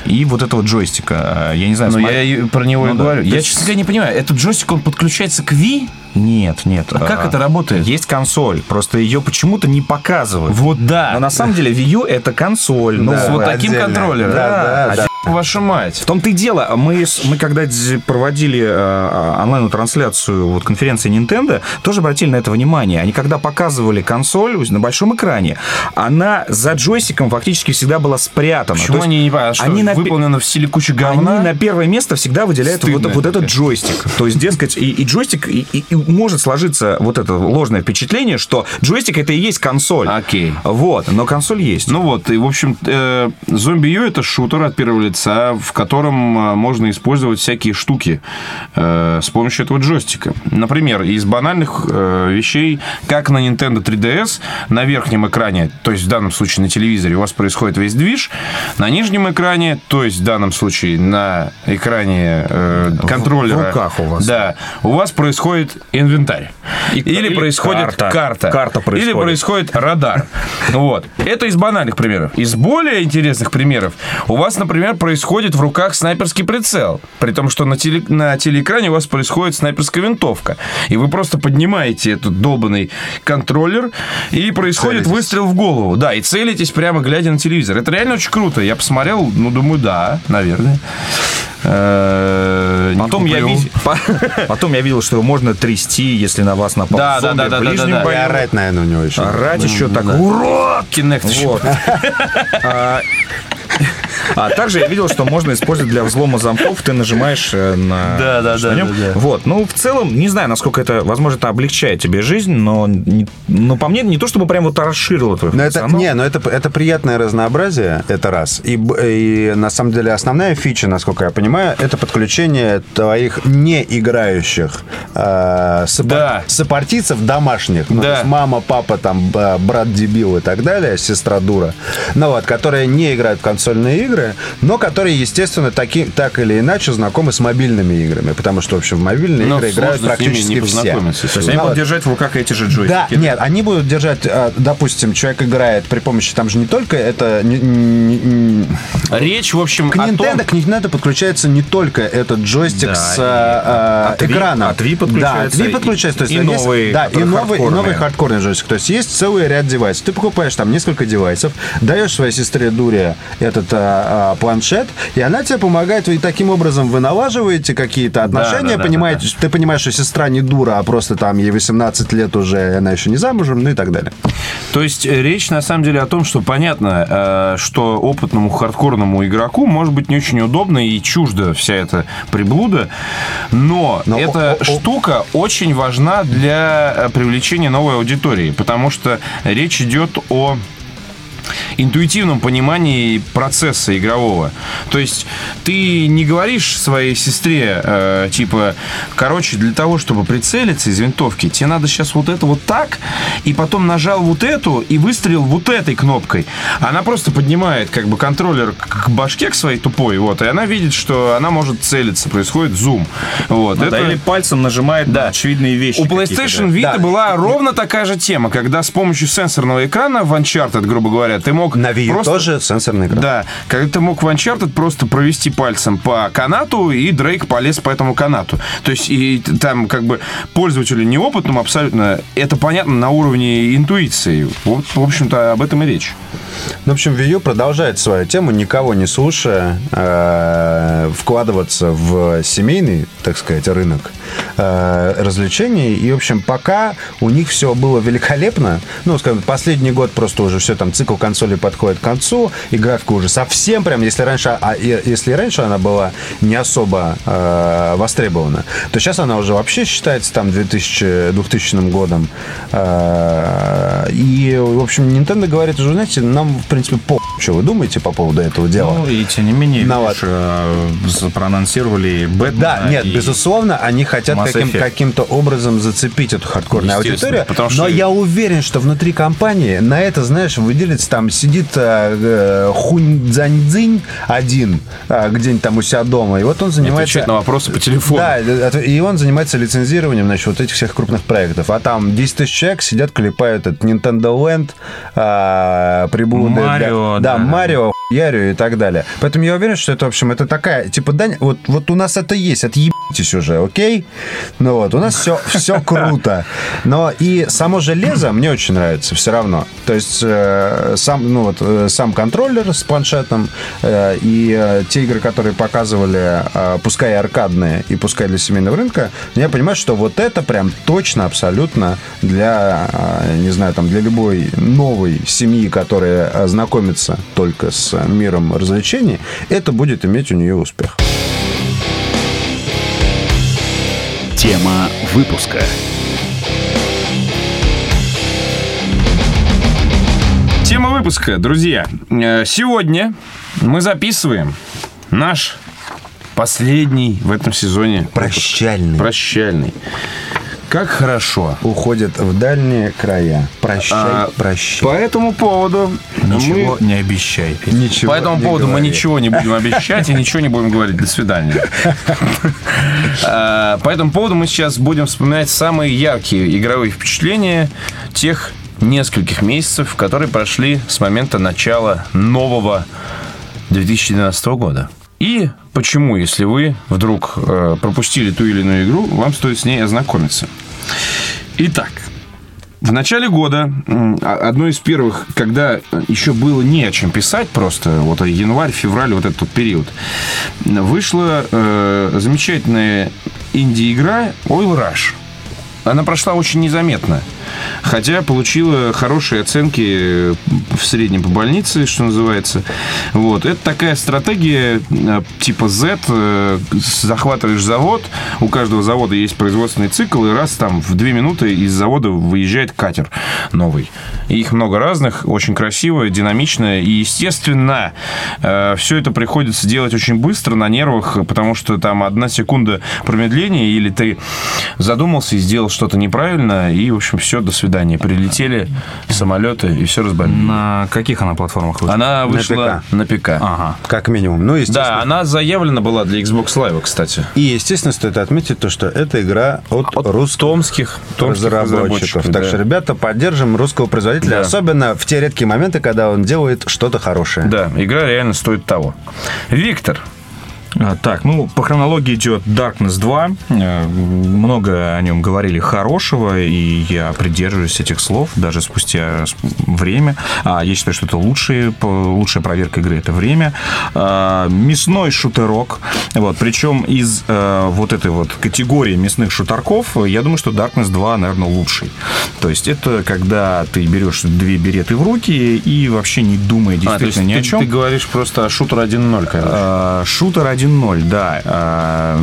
Speaker 1: И вот этого джойстика, э, я не знаю,
Speaker 3: Но
Speaker 1: смотри-
Speaker 3: я и про него
Speaker 1: Ну
Speaker 3: и
Speaker 1: да.
Speaker 3: говорю.
Speaker 1: То
Speaker 3: Я,
Speaker 1: есть-
Speaker 3: честно говоря, не понимаю, этот джойстик, он подключается к Wii?
Speaker 1: Нет, нет. Э,
Speaker 3: А как это работает?
Speaker 1: Есть консоль, просто ее почему-то не показывают.
Speaker 3: Вот да.
Speaker 1: Но на самом деле Wii U это консоль.
Speaker 3: Ну,
Speaker 1: да.
Speaker 3: с вот таким
Speaker 2: отдельно.
Speaker 3: контроллером.
Speaker 2: Да, да,
Speaker 3: А
Speaker 2: да.
Speaker 3: фиг Вашу мать.
Speaker 1: В том-то и дело, мы, с- мы когда дз- проводили э, онлайн-трансляцию вот, конференции Nintendo, тоже обратили на это внимание. Они когда показывали консоль на большом экране, она за джойстиком фактически всегда была спрятана.
Speaker 3: Почему
Speaker 1: То есть
Speaker 3: А, они не понимают, что
Speaker 1: они на пе-
Speaker 3: выполнено в стиле кучи говна?
Speaker 1: Они на первое место всегда выделяют вот,
Speaker 3: Стыдно.
Speaker 1: вот этот джойстик. То есть, дескать, и, и джойстик, и, и- и может сложиться вот это ложное впечатление, что джойстик это и есть консоль.
Speaker 3: Окей.
Speaker 1: Вот, но консоль есть.
Speaker 3: А Ну вот, и в общем, э, зомби Ю это шутер от первого лица, в котором э, можно использовать всякие штуки э, с помощью этого джойстика. Например, из банальных э, вещей, как на Nintendo 3DS, на верхнем экране, то есть в данном случае на телевизоре, у вас происходит весь движ, на нижнем экране, то есть в данном случае на экране э, контроллера.
Speaker 1: в руках у вас.
Speaker 3: Да. У вас происходит инвентарь.
Speaker 1: И-
Speaker 3: или,
Speaker 1: или
Speaker 3: происходит
Speaker 1: карта.
Speaker 3: карта.
Speaker 1: Карта происходит.
Speaker 3: Или происходит происходит радар. Вот. Это из банальных примеров. Из более интересных примеров у вас, например, происходит в руках снайперский прицел. При том, что на, теле- на телеэкране у вас происходит снайперская винтовка. И вы просто поднимаете этот долбанный контроллер, и происходит
Speaker 2: Целитесь.
Speaker 3: выстрел в голову. Да, и целитесь прямо глядя на телевизор. Это реально очень круто. Я посмотрел, ну, думаю, да, наверное. Э, не
Speaker 1: Потом я,
Speaker 3: куплю.
Speaker 1: вид- Потом я видел, что его можно трясти, если на вас напал
Speaker 3: Да, да,
Speaker 1: зомби
Speaker 3: да, да,
Speaker 1: в
Speaker 3: да,
Speaker 1: ближнем
Speaker 3: да, да.
Speaker 1: бою.
Speaker 2: И орать, наверное, у него еще.
Speaker 1: Орать еще так, ура!
Speaker 3: Kinect еще.
Speaker 1: Вот. А, а также я видел, что можно использовать для взлома замков. Ты нажимаешь э, на...
Speaker 3: Да, да,
Speaker 1: что
Speaker 3: да,
Speaker 1: на нем.
Speaker 3: да, да.
Speaker 1: Вот. Ну, в целом, не знаю, насколько это, возможно, это облегчает тебе жизнь, но, не- но по мне не то, чтобы прям вот расширило твой
Speaker 2: Но это,
Speaker 1: функционал.
Speaker 2: не, но это, это приятное разнообразие, это раз. И, б- и на самом деле основная фича, насколько я понимаю, это подключение твоих не играющих э, сопар-
Speaker 3: Да.
Speaker 2: сопартийцев домашних. Ну,
Speaker 3: Да.
Speaker 2: то есть мама, папа, там, б- брат дебил и так далее, сестра дура. Ну вот, которые не играют в консольные игры, но которые, естественно, таки, так или иначе знакомы с мобильными играми. Потому что, в общем, в мобильные
Speaker 3: Но
Speaker 2: игры играют
Speaker 3: сложно с ними
Speaker 2: практически
Speaker 3: не
Speaker 2: все.
Speaker 3: познакомиться, если
Speaker 1: То есть они
Speaker 2: Ну
Speaker 1: будут
Speaker 2: вот.
Speaker 1: держать в руках эти же
Speaker 2: Да,
Speaker 1: джойстики.
Speaker 2: нет, они будут держать, а, допустим, человек играет при помощи, там же не только это... не- не- не-
Speaker 3: Речь, в общем,
Speaker 2: К
Speaker 3: о том-
Speaker 2: Nintendo, к Nintendo подключается не только этот джойстик
Speaker 1: Да,
Speaker 2: с а, а,
Speaker 1: от Wii-
Speaker 2: экраном.
Speaker 1: от Wii подключается
Speaker 2: Да, от Wii
Speaker 1: и-
Speaker 2: подключается. То есть
Speaker 1: и
Speaker 2: есть-
Speaker 1: новые,
Speaker 2: да, и
Speaker 1: которые
Speaker 2: новый, и
Speaker 1: хардкорные.
Speaker 2: новый хардкорный джойстик. То есть есть целый ряд девайсов. Ты покупаешь там несколько девайсов, даешь своей сестре Дуре этот а, а, планшет, и она тебе помогает. И таким образом вы налаживаете какие-то отношения,
Speaker 1: да, да,
Speaker 2: понимаете,
Speaker 1: да,
Speaker 2: ты понимаешь, что сестра не дура, а просто там ей 18 лет уже, и она еще не замужем, ну и так далее.
Speaker 3: То есть э, речь на самом деле о том, что понятно, э, что опытному хардкорному игроку может быть не очень удобно и чуждо вся эта приблуда, но,
Speaker 2: Но
Speaker 3: эта
Speaker 2: о- о- о-
Speaker 3: штука очень важна для э, привлечения новой аудитории, потому что речь идет о интуитивном понимании процесса игрового. То есть ты не говоришь своей сестре, э, типа, короче, для того, чтобы прицелиться из винтовки, тебе надо сейчас вот это вот так, и потом нажал вот эту и выстрелил вот этой кнопкой. Она просто поднимает как бы контроллер к к башке к своей тупой, вот, и она видит, что она может целиться, происходит зум. Вот,
Speaker 1: Ну Да,
Speaker 3: это-
Speaker 1: или пальцем нажимает на очевидные вещи.
Speaker 3: у
Speaker 1: какие-то,
Speaker 3: PlayStation
Speaker 1: да.
Speaker 3: Vita
Speaker 2: Да.
Speaker 3: была ровно такая же тема, когда с помощью сенсорного экрана в Uncharted, грубо говоря, ты мог
Speaker 2: На Wii U
Speaker 3: просто...
Speaker 2: тоже сенсорный экран.
Speaker 3: Да, когда ты мог в Uncharted просто провести пальцем по канату, и Дрейк полез по этому канату. То есть, и т- там, как бы, пользователю неопытному абсолютно, это понятно на уровне интуиции. Вот, в общем-то, об этом и речь.
Speaker 2: Ну, в общем, Wii U продолжает свою тему, никого не слушая, э, вкладываться в семейный, так сказать, рынок э, развлечений. И, в общем, пока у них все было великолепно. Ну, скажем, последний год просто уже все там, цикл консолей подходит к концу, и графика уже совсем прям, если раньше, а, и- если раньше она была не особо э, востребована, то сейчас она уже вообще считается там 2000, 2000 годом. Э, и, в общем, Nintendo говорит уже, знаете, нам, в принципе, по что вы думаете по поводу этого дела.
Speaker 1: Ну, и тем не менее,
Speaker 2: Ну,
Speaker 1: видишь, э, за- проанонсировали Бэтмена.
Speaker 2: Да, нет,
Speaker 1: и-
Speaker 2: безусловно, они хотят
Speaker 1: Mass
Speaker 2: каким,
Speaker 1: Effect.
Speaker 2: каким-то образом зацепить эту хардкорную
Speaker 3: Естественно,
Speaker 2: аудиторию.
Speaker 3: потому что-
Speaker 2: Но я уверен, что внутри компании на это, знаешь, выделится там сидит э, э, Хунь-Дзань-Дзинь один э, где-нибудь там у себя дома, и вот он занимается...
Speaker 3: Отвечать на вопросы по телефону.
Speaker 2: ну, Да, от- и он занимается лицензированием, значит, вот этих всех крупных проектов. А там 10 тысяч человек сидят, клепают этот Nintendo Land, а, прибуды. для-
Speaker 1: Марио,
Speaker 2: Да,
Speaker 1: да.
Speaker 2: Марио, хуярю и так далее. Поэтому я уверен, что это, в общем, это такая, типа, дань, вот, вот у нас это есть, отъебитесь уже, окей? Ну вот, у нас все, все круто. Но и само железо мне очень нравится все равно. То есть э, сам, ну вот, э, сам контроллер с планшетом э, и э, те игры, которые показывали, э, пускай и аркадные, и пускай для семейного рынка, я понимаю, что вот это прям точно абсолютно для, э, не знаю, там, для любой новой семьи, которая э, знакомится только с э, миром развлечений, это будет иметь у нее успех.
Speaker 4: Тема выпуска.
Speaker 3: Тема выпуска, друзья. Э, Сегодня мы записываем наш последний в этом сезоне
Speaker 2: Прощальный.
Speaker 3: прощальный. Как хорошо.
Speaker 2: Уходит в дальние края. Прощай,
Speaker 3: А,
Speaker 2: прощай.
Speaker 3: По этому поводу
Speaker 1: Ничего
Speaker 3: мы...
Speaker 1: не обещай.
Speaker 2: Ничего
Speaker 3: По этому
Speaker 2: не
Speaker 3: поводу мы
Speaker 2: говори.
Speaker 3: ничего не будем обещать и ничего не будем говорить. До свидания. А, По этому поводу мы сейчас будем вспоминать самые яркие игровые впечатления тех нескольких месяцев, которые прошли с момента начала нового 2012 года. И почему, если вы вдруг э, пропустили ту или иную игру, вам стоит с ней ознакомиться. Итак, в начале года, м, а- одно из первых, когда еще было не о чем писать просто, вот январь, февраль, вот этот вот период, вышла э, замечательная инди-игра Oil Rush. Она прошла очень незаметно. Хотя получила хорошие оценки э, в среднем по больнице, что называется. Вот. Это такая стратегия э, типа Z. э, с- Захватываешь завод. У каждого завода есть производственный цикл. И раз там в две минуты из завода выезжает катер новый. И их много разных. Очень красиво, динамично. И, естественно, все это приходится делать очень быстро, на нервах. Потому что там одна секунда промедления. Или ты задумался и сделал что-то неправильно. И, в общем, все, до свидания. Прилетели самолеты и все разбомбили.
Speaker 1: На каких она платформах вышла? А,
Speaker 3: Она вышла на ПК.
Speaker 1: Ага.
Speaker 2: Как минимум. Ну, естественно.
Speaker 3: Да, она заявлена была для Xbox Live, кстати.
Speaker 2: И, естественно, стоит отметить то, что это игра от,
Speaker 3: От
Speaker 2: русских
Speaker 3: томских, томских
Speaker 2: разработчиков. Так
Speaker 3: да.
Speaker 2: что, ребята, поддержим русского производителя,
Speaker 3: Да.
Speaker 2: особенно в те редкие моменты, когда он делает что-то хорошее.
Speaker 3: Да, игра реально стоит того. Виктор,
Speaker 1: А, Так, ну, по хронологии идет Darkness 2. Э, Много о нем говорили хорошего, и я придерживаюсь этих слов даже спустя с- время. А, я считаю, что это лучшие, по- лучшая проверка игры — это время. А, Мясной шутерок. Вот, причем из э, вот этой вот категории мясных шутерков, я думаю, что Darkness 2, наверное, лучший. То есть это когда ты берешь две береты в руки и вообще не думая
Speaker 3: а, то есть
Speaker 1: действительно ни
Speaker 3: ты,
Speaker 1: о чем.
Speaker 3: ты говоришь просто о шутер 1.0, короче.
Speaker 1: А, Шутер 1.0, 1-0, да. А,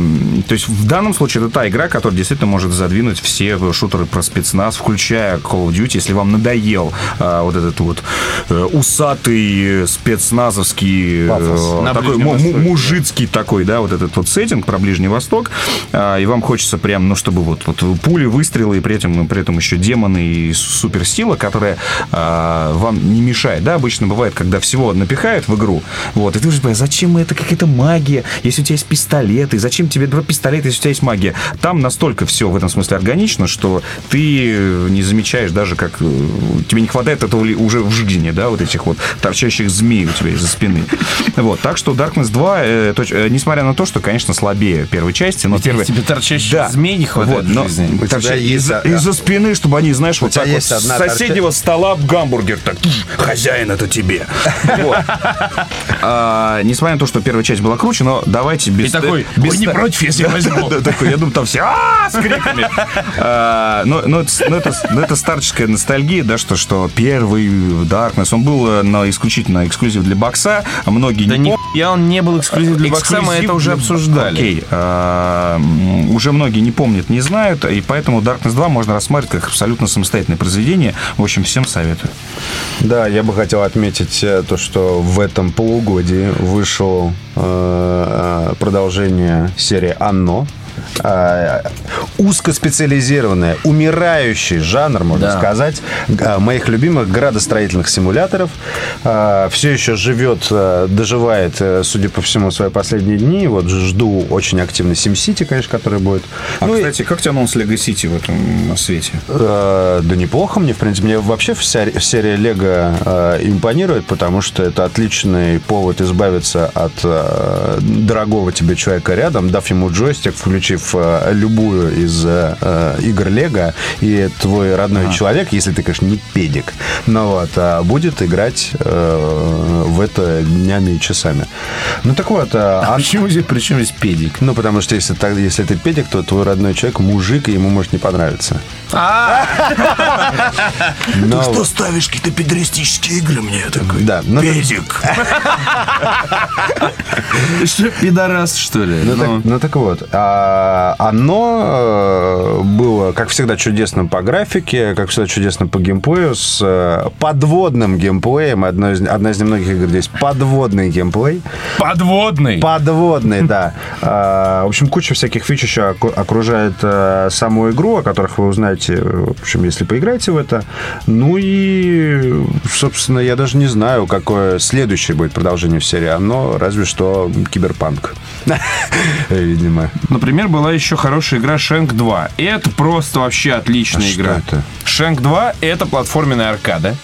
Speaker 1: То есть в данном случае это та игра, которая действительно может задвинуть все шутеры про спецназ, включая Call of Duty, если вам надоел а, вот этот вот э, усатый э, спецназовский, э,
Speaker 3: На
Speaker 1: такой
Speaker 3: Ближнем
Speaker 1: му- му-
Speaker 3: Востоке.
Speaker 1: мужицкий такой, да, вот этот вот сеттинг про Ближний Восток, а, и вам хочется прям, ну, чтобы вот, вот пули, выстрелы, и при этом, при этом еще демоны и суперсила, которая а, вам не мешает, да, обычно бывает, когда всего напихают в игру, вот, и ты уже понимаешь, зачем это какая-то магия, если у тебя есть пистолеты, зачем тебе два пистолета, если у тебя есть магия. Там настолько все в этом смысле органично, что ты э, не замечаешь даже, как э, тебе не хватает этого ли- уже в жизни, да, вот этих вот торчащих змей у тебя из-за спины. Вот, так что Darkness 2, э, точ- э, несмотря на то, что, конечно, слабее первой части, но первой...
Speaker 3: Тебе торчащих
Speaker 1: Да.
Speaker 3: змей не
Speaker 1: Вот,
Speaker 3: хватает
Speaker 1: но
Speaker 3: в жизни.
Speaker 2: У тебя
Speaker 1: торча-
Speaker 2: есть,
Speaker 1: из-за,
Speaker 2: да, да.
Speaker 1: из-за спины, чтобы они, знаешь, вот
Speaker 2: тебя
Speaker 1: так вот
Speaker 2: есть
Speaker 1: с
Speaker 2: одна
Speaker 1: соседнего стола гамбургер так, «Тш, хозяин это тебе. Вот. А, Несмотря на то, что первая часть была круче, но давайте без...
Speaker 3: И такой,
Speaker 1: без-
Speaker 3: «Ой, не против, если
Speaker 1: Да,
Speaker 3: возьму».
Speaker 1: да, да, такой, я думаю, там все «А!» с криками. А, Но но это но это- но это старческая ностальгия, да, что что первый Darkness, он был э, на исключительно эксклюзив для бокса, а многие
Speaker 3: Да
Speaker 1: не
Speaker 3: ни я он не был эксклюзив для бокса, мы
Speaker 1: Эксклюзив
Speaker 3: это уже
Speaker 1: для-
Speaker 3: обсуждали.
Speaker 1: Окей. А, м, Уже многие не помнят, не знают, и поэтому Darkness 2 можно рассматривать как абсолютно самостоятельное произведение. В общем, всем советую.
Speaker 2: Да, я бы хотел отметить э, то, что в этом полугодии вышел э, э, продолжение серии «Анно». Э, узкоспециализированная, умирающий жанр, можно
Speaker 3: Да.
Speaker 2: сказать, э, моих любимых градостроительных симуляторов. А, все еще живет, э, доживает, э, судя по всему, свои последние дни. Вот жду очень активно SimCity, конечно, который будет. Ну и-
Speaker 1: А, как тебе анонс Лего Сити в этом свете?
Speaker 2: Э, Да неплохо мне, в принципе. Мне вообще вся ре- серия Лего э, импонирует, потому что это отличный повод избавиться от э, дорогого тебе человека рядом, дав ему джойстик, включив э, любую из э, э, игр Лего, и твой родной человек, если ты, конечно, не педик, но вот, а будет играть э, в это днями и часами. Ну так вот, э,
Speaker 3: А
Speaker 2: Ан-
Speaker 3: почему здесь причем здесь педик?
Speaker 2: ну потому что если, так, если ты педик, то твой родной человек мужик, и ему может не понравиться. Но вот-
Speaker 1: ставишь какие-то педеристические игры мне? Такой,
Speaker 2: Ну, Да, ну, так-
Speaker 1: педик.
Speaker 3: Ты что, пидорас, что ли?
Speaker 2: Ну,
Speaker 3: Ну.
Speaker 2: так, ну так вот, а, оно э, было, как всегда, чудесным по графике, как всегда, чудесным по геймплею, с э, подводным геймплеем. Одно из- одна из немногих игр, где есть подводный геймплей.
Speaker 3: Подводный.
Speaker 2: Подводный, да. А, В общем, куча всяких фич еще оку- окружает э, саму игру, о которых вы узнаете, э, в общем, если поиграете в это. Ну и, собственно, я даже не знаю, какое следующее будет продолжение в серии. Оно разве что киберпанк. Видимо.
Speaker 3: Например, была еще хорошая игра Шенк 2. Это просто вообще отличная
Speaker 2: А
Speaker 3: игра.
Speaker 2: что это?
Speaker 3: Шенк 2 это платформенная аркада,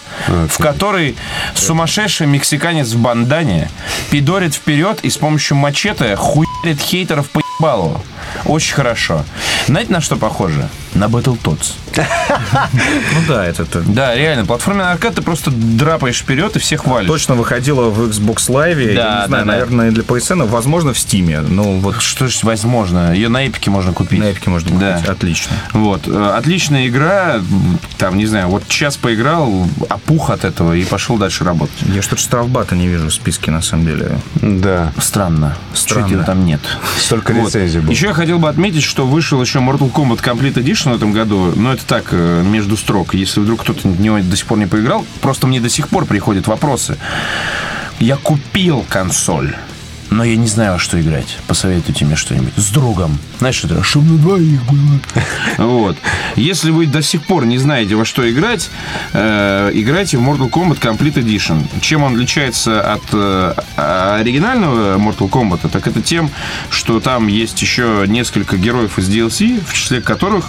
Speaker 3: в которой сумасшедший мексиканец в бандане пидорит вперед и с помощью мачете хуярит хейтеров по ебалу. Очень хорошо. Знаете, на что похоже? На Battletoads.
Speaker 1: Ну да, это это
Speaker 3: Да, реально, платформенная аркада, ты просто драпаешь вперед и всех валишь.
Speaker 1: точно выходила в Xbox Live, я
Speaker 3: Да,
Speaker 1: не знаю,
Speaker 3: да, да.
Speaker 1: наверное, для PSN, возможно, в Steam. Ну вот
Speaker 3: Что ж, возможно. Ее на эпике можно купить.
Speaker 1: на эпике можно купить.
Speaker 3: Да.
Speaker 1: Отлично.
Speaker 3: Вот. э, Отличная игра. М, Там, не знаю, вот час поиграл, опух от этого и пошел дальше работать.
Speaker 1: Я что-то штрафбата не вижу в списке, на самом деле.
Speaker 2: Да,
Speaker 3: Странно.
Speaker 1: Странно.
Speaker 3: Чуть его там нет.
Speaker 2: столько лицензий было.
Speaker 3: Еще я хотел бы отметить, что вышел еще Mortal Kombat Complete Edition в этом году. Но это так, э, между строк. Если вдруг кто-то в него до сих пор не поиграл, просто мне до сих пор приходят вопросы. Я купил консоль. Но я не знаю, во что играть. Посоветуйте мне что-нибудь. С другом. Знаешь, это чтобы на двоих было. Вот. Если вы до сих пор не знаете, во что играть, э, играйте в Mortal Kombat Complete Edition. Чем он отличается от э, оригинального Mortal Kombat, А так это тем, что там есть еще несколько героев из DLC, в числе которых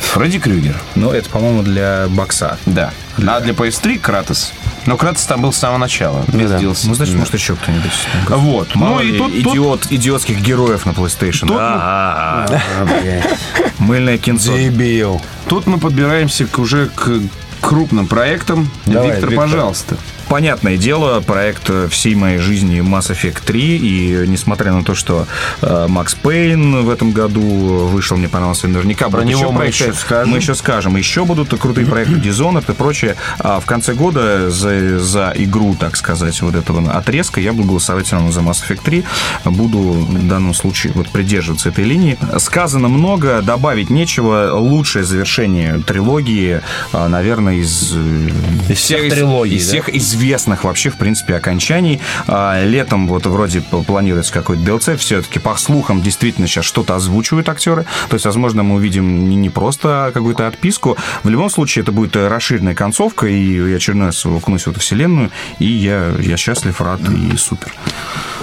Speaker 3: Фредди Крюгер.
Speaker 1: Но Ну, это, по-моему, для бокса.
Speaker 3: Да. А для PS3 Кратос. Но Кратос там был с самого начала, без DLC.
Speaker 1: Ну, значит, может, еще кто-нибудь.
Speaker 3: Вот.
Speaker 1: Мало
Speaker 3: ну и
Speaker 1: ли,
Speaker 3: тут, тут
Speaker 1: идиот, идиотских героев на PlayStation.
Speaker 3: Тут-
Speaker 1: А-а-а. Мыльное кинцо.
Speaker 2: Дебил.
Speaker 3: Тут мы подбираемся к уже к крупным проектам.
Speaker 2: Давай,
Speaker 3: Виктор,
Speaker 2: Виктор.
Speaker 3: пожалуйста.
Speaker 1: понятное дело, проект э, всей моей жизни Mass Effect 3, и несмотря на то, что э, Макс Пейн в этом году вышел, мне понравился наверняка.
Speaker 3: Про
Speaker 1: будут
Speaker 3: него мы
Speaker 1: проекты,
Speaker 3: еще скажем.
Speaker 1: Мы еще скажем. Еще будут крутые проекты Dishonored и прочее. А в конце года за, за игру, так сказать, вот этого отрезка я буду голосовать все равно за Mass Effect 3. Буду в данном случае вот придерживаться этой линии. Сказано много, добавить нечего. Лучшее завершение трилогии, а, наверное, из... э,
Speaker 5: Из всех
Speaker 1: из-
Speaker 5: трилогий,
Speaker 1: из
Speaker 5: да?
Speaker 1: всех известных вообще, в принципе, окончаний. А, Летом вот вроде п- планируется какой-то DLC, все-таки по слухам действительно сейчас что-то озвучивают актеры, то есть, возможно, мы увидим не- не просто какую-то отписку, в любом случае это будет э, расширенная концовка, и я чернусь, укнусь в эту вселенную, и я, я счастлив, рад и супер.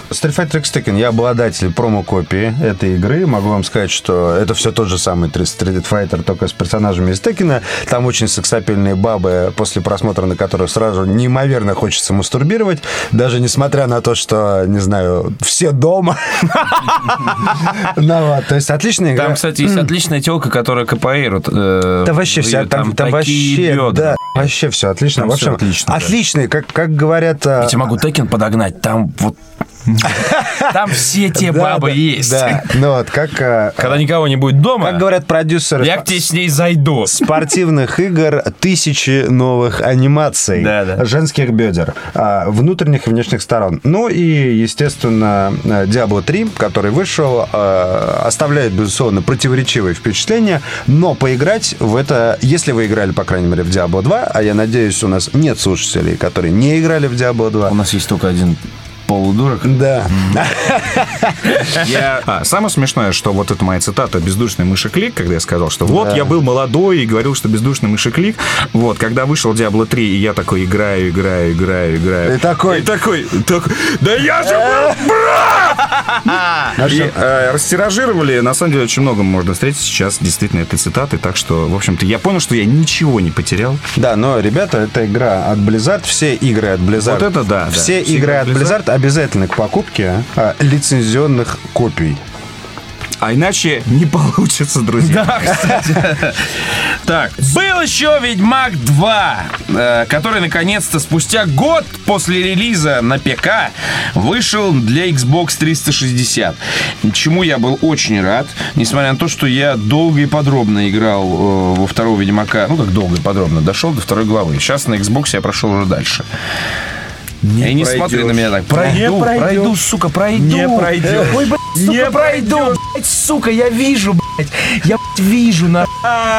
Speaker 2: Street Fighter X Tekken, я обладатель промокопии этой игры. Могу вам сказать, что это все тот же самый три- Street Fighter, только с персонажами из Текина. Там очень сексапильные бабы, после просмотра на которых сразу неимоверно хочется мастурбировать. Даже несмотря на то, что, не знаю, все дома. Ну вот, то есть отличная игра.
Speaker 3: Там, кстати, есть отличная телка, которая КПР. э,
Speaker 2: Да вообще вся, там, там вообще, да, вообще все отлично.
Speaker 1: Там
Speaker 2: В
Speaker 1: всё
Speaker 2: общем,
Speaker 1: отлично, да.
Speaker 2: отличные, как, как говорят... а,
Speaker 3: Я тебе могу Текен подогнать, там вот... Там все те
Speaker 2: да,
Speaker 3: бабы
Speaker 2: да,
Speaker 3: есть.
Speaker 2: Да, ну вот, как... а,
Speaker 5: Когда никого не будет
Speaker 2: Как
Speaker 5: дома,
Speaker 2: говорят продюсеры
Speaker 5: я к тебе с ней зайду.
Speaker 2: спортивных игр тысячи новых анимаций.
Speaker 5: Да, да.
Speaker 2: Женских бедер, а, внутренних и внешних сторон. Ну и, естественно, э, Diablo 3, который вышел, э, оставляет, безусловно, противоречивые впечатления, но поиграть в это, если вы играли, по крайней мере, в Diablo 2, а я надеюсь, у нас нет слушателей, которые не играли в Diablo 2.
Speaker 3: У нас есть только один полудурок.
Speaker 2: Да.
Speaker 1: Я- А, самое смешное, что вот это моя цитата «Бездушный мышеклик», когда я сказал, что вот, я был молодой и говорил, что «Бездушный мышеклик». Вот, когда вышел «Диабло 3», и я такой играю, играю, играю, играю.
Speaker 2: И такой.
Speaker 1: И такой, так, да я же был прав! И э, растиражировали, на самом деле, очень много можно встретить сейчас действительно этой цитаты, так что, в общем-то, я понял, что я ничего не потерял.
Speaker 2: Да, но, ребята, это игра от Blizzard, все игры от Blizzard.
Speaker 1: Вот это да, да. Все
Speaker 2: Все игры
Speaker 1: игры
Speaker 2: от Blizzard обязательны к покупке а, лицензионных копий.
Speaker 1: А иначе не получится, друзья.
Speaker 3: Да, кстати. Так, был еще Ведьмак 2, э, который наконец-то спустя год после релиза на ПК вышел для Xbox 360. Чему я был очень рад, несмотря на то, что я долго и подробно играл э, во второго Ведьмака. Ну, как долго и подробно, дошел до второй главы. Сейчас на Xbox я прошел уже дальше. Не и не смотри на меня так. Пройду, пройду, сука, пройду. Не пройдет.
Speaker 5: Ой, блядь, не пройду, блядь, сука, я вижу, блядь, я блядь, вижу, на.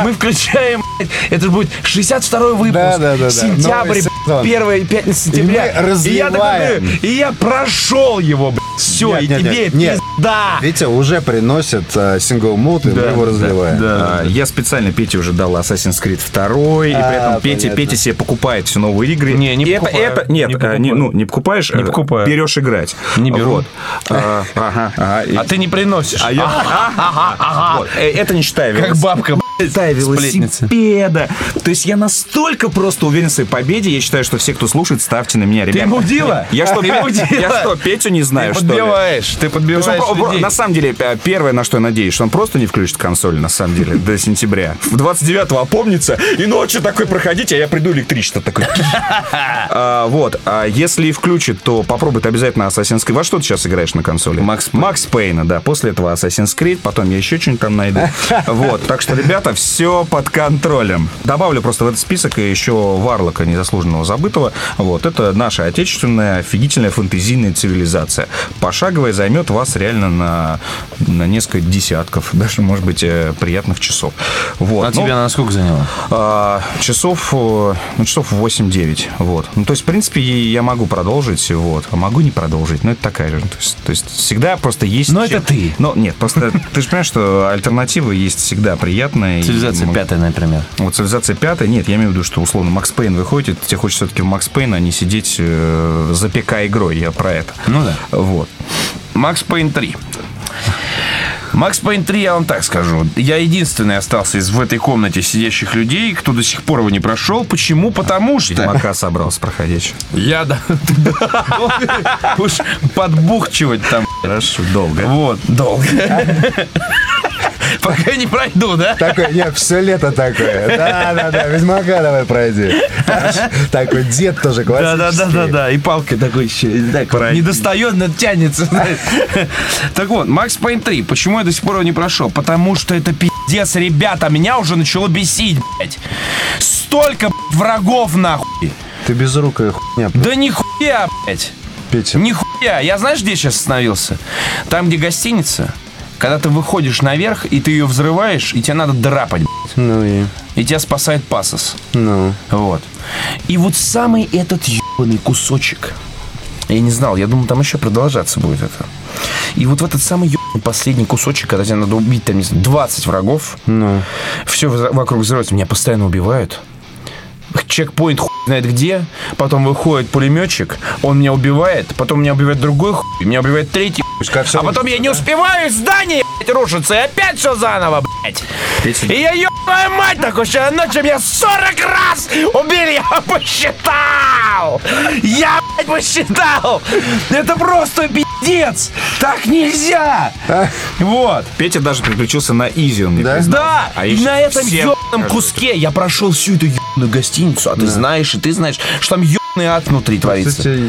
Speaker 5: Мы включаем, блядь, это будет 62 выпуск,
Speaker 2: Да, да, да, да. Новый
Speaker 5: сентябрь,
Speaker 2: сезон.
Speaker 5: блядь, первая пятница сентября,
Speaker 2: мы развиваем.
Speaker 5: я такой, говорю, и я прошел его, блядь, все,
Speaker 2: Нет,
Speaker 5: и
Speaker 2: нет,
Speaker 5: тебе
Speaker 2: нет, нет.
Speaker 5: пизда.
Speaker 2: Витя уже приносит а, сингл мод, и мы его разливаем.
Speaker 1: Да, А, я специально Пете уже дал Assassin's Creed 2, и при
Speaker 2: А,
Speaker 1: этом Петя,
Speaker 2: понятно.
Speaker 1: Петя себе покупает все новые игры.
Speaker 3: Не, не
Speaker 1: И это,
Speaker 3: покупаю.
Speaker 1: это- нет,
Speaker 3: Не
Speaker 1: э, не-
Speaker 3: покупаю.
Speaker 1: ну, не покупаешь, не
Speaker 5: покупаю.
Speaker 1: берешь играть.
Speaker 3: Не беру.
Speaker 1: Вот. А, ага, ага, и-
Speaker 5: А ты не приносишь.
Speaker 1: а я- Вот, э, Это не считая
Speaker 5: как
Speaker 1: велосипеда.
Speaker 5: бабка, блядь.
Speaker 1: Считая
Speaker 5: сплетница.
Speaker 1: велосипеда. То есть я настолько просто уверен в своей победе. Я считаю, что все, кто слушает, ставьте на меня, ребята.
Speaker 5: мудила?
Speaker 1: Я что,
Speaker 5: Ты мудила?
Speaker 1: я что, Петю не
Speaker 5: Ты
Speaker 1: знаю, что ли?
Speaker 5: подбиваешь, ты
Speaker 1: То есть он
Speaker 5: подбиваешь
Speaker 1: про- про-
Speaker 5: людей.
Speaker 1: на самом деле, э, первое, на что я надеюсь, что он просто не включит консоль, на самом деле, до сентября. В 29-го опомнится, и ночью такой проходите, а я приду электричество такой. А, Вот. А если и включит, то попробуй ты обязательно Assassin's Creed. Во что ты сейчас играешь на консоли?
Speaker 3: Макс Пейн.
Speaker 1: Макс Пейна, да. После этого Assassin's Creed, потом я еще что-нибудь там найду. Вот. Так что, ребята, все под контролем. Добавлю просто в этот список еще Варлока, незаслуженного забытого. Вот. Это наша отечественная офигительная фэнтезийная цивилизация. Пошаговая займет вас реально на, на несколько десятков, даже, может быть, э, приятных часов. Вот.
Speaker 3: А
Speaker 1: Ну,
Speaker 3: тебя на сколько заняло?
Speaker 1: а, часов, э, ну, часов 8-9, вот. Ну, то есть, в принципе, и я могу продолжить, вот, а могу не продолжить, но это такая же, ну, то есть, то есть всегда просто есть...
Speaker 5: Но это ты.
Speaker 1: Ну, нет, просто ты же понимаешь, что альтернатива есть всегда приятная. и
Speaker 3: Цивилизация
Speaker 1: мы-
Speaker 3: пятая, например.
Speaker 1: Вот цивилизация пятая, нет, я имею в виду, что, условно, Макс Пейн выходит, тебе хочется все-таки в Макс Пейн, а не сидеть э, за ПК игрой, я про это.
Speaker 3: Ну да.
Speaker 1: Вот.
Speaker 3: Макс Пейн 3. Макс Пейн 3, я вам так скажу. Я единственный остался из в этой комнате сидящих людей, кто до сих пор его не прошел. Почему? Потому что
Speaker 1: Мака собрался проходить.
Speaker 3: я да, уж подбухчивать там.
Speaker 1: Хорошо, долго.
Speaker 3: Вот, долго. пока не пройду, да?
Speaker 2: Такое, я все лето такое. Да-да-да, Ведьмака давай пройди. Такой дед тоже
Speaker 5: Да,
Speaker 2: классический.
Speaker 5: да, да, да, да. И палкой такой еще. Так, не достает, но тянется. знаешь.
Speaker 3: Так вот, Макс Пейн 3. Почему я до сих пор его не прошел? Потому что это пиздец, ребята, меня уже начало бесить, блядь. Столько, блядь, врагов, нахуй.
Speaker 2: Ты безрукая хуйня,
Speaker 3: Да нихуя, блядь.
Speaker 2: Петя.
Speaker 3: Нихуя. Я знаешь, где сейчас остановился? Там, где гостиница. Когда ты выходишь наверх, и ты ее взрываешь, и тебе надо драпать, блядь.
Speaker 2: Ну и...
Speaker 3: И тебя спасает пасос.
Speaker 2: Ну.
Speaker 3: Вот. И вот самый этот ебаный кусочек. Я не знал, я думал, там еще продолжаться будет это. И вот в этот самый ебаный последний кусочек, когда тебе надо убить, там, не знаю, 20 врагов,
Speaker 2: Ну.
Speaker 3: все вокруг взрывается, меня постоянно убивают. Чекпоинт хуй знает где, потом выходит пулеметчик, он меня убивает, потом меня убивает другой хуй, меня убивает третий хуй.
Speaker 2: Пускай всё
Speaker 3: А потом я не успеваю, здание блядь, рушится, и опять все заново, блядь. И я, ебаная мать, такой, вчера ночью меня 40 раз убили, я посчитал! Я, блядь, посчитал! Это просто пиздец! Так нельзя! Вот.
Speaker 1: Петя даже переключился на изи, он мне
Speaker 2: Да?
Speaker 1: признался.
Speaker 3: Да,
Speaker 1: А
Speaker 3: и
Speaker 1: я
Speaker 3: на
Speaker 1: щас
Speaker 3: этом
Speaker 1: всем
Speaker 3: ёбаном
Speaker 1: покажу.
Speaker 3: куске я прошел всю эту ёбаную гостиницу, а ты знаешь, и ты знаешь, что там ёбаный ад внутри творится.
Speaker 2: Кстати,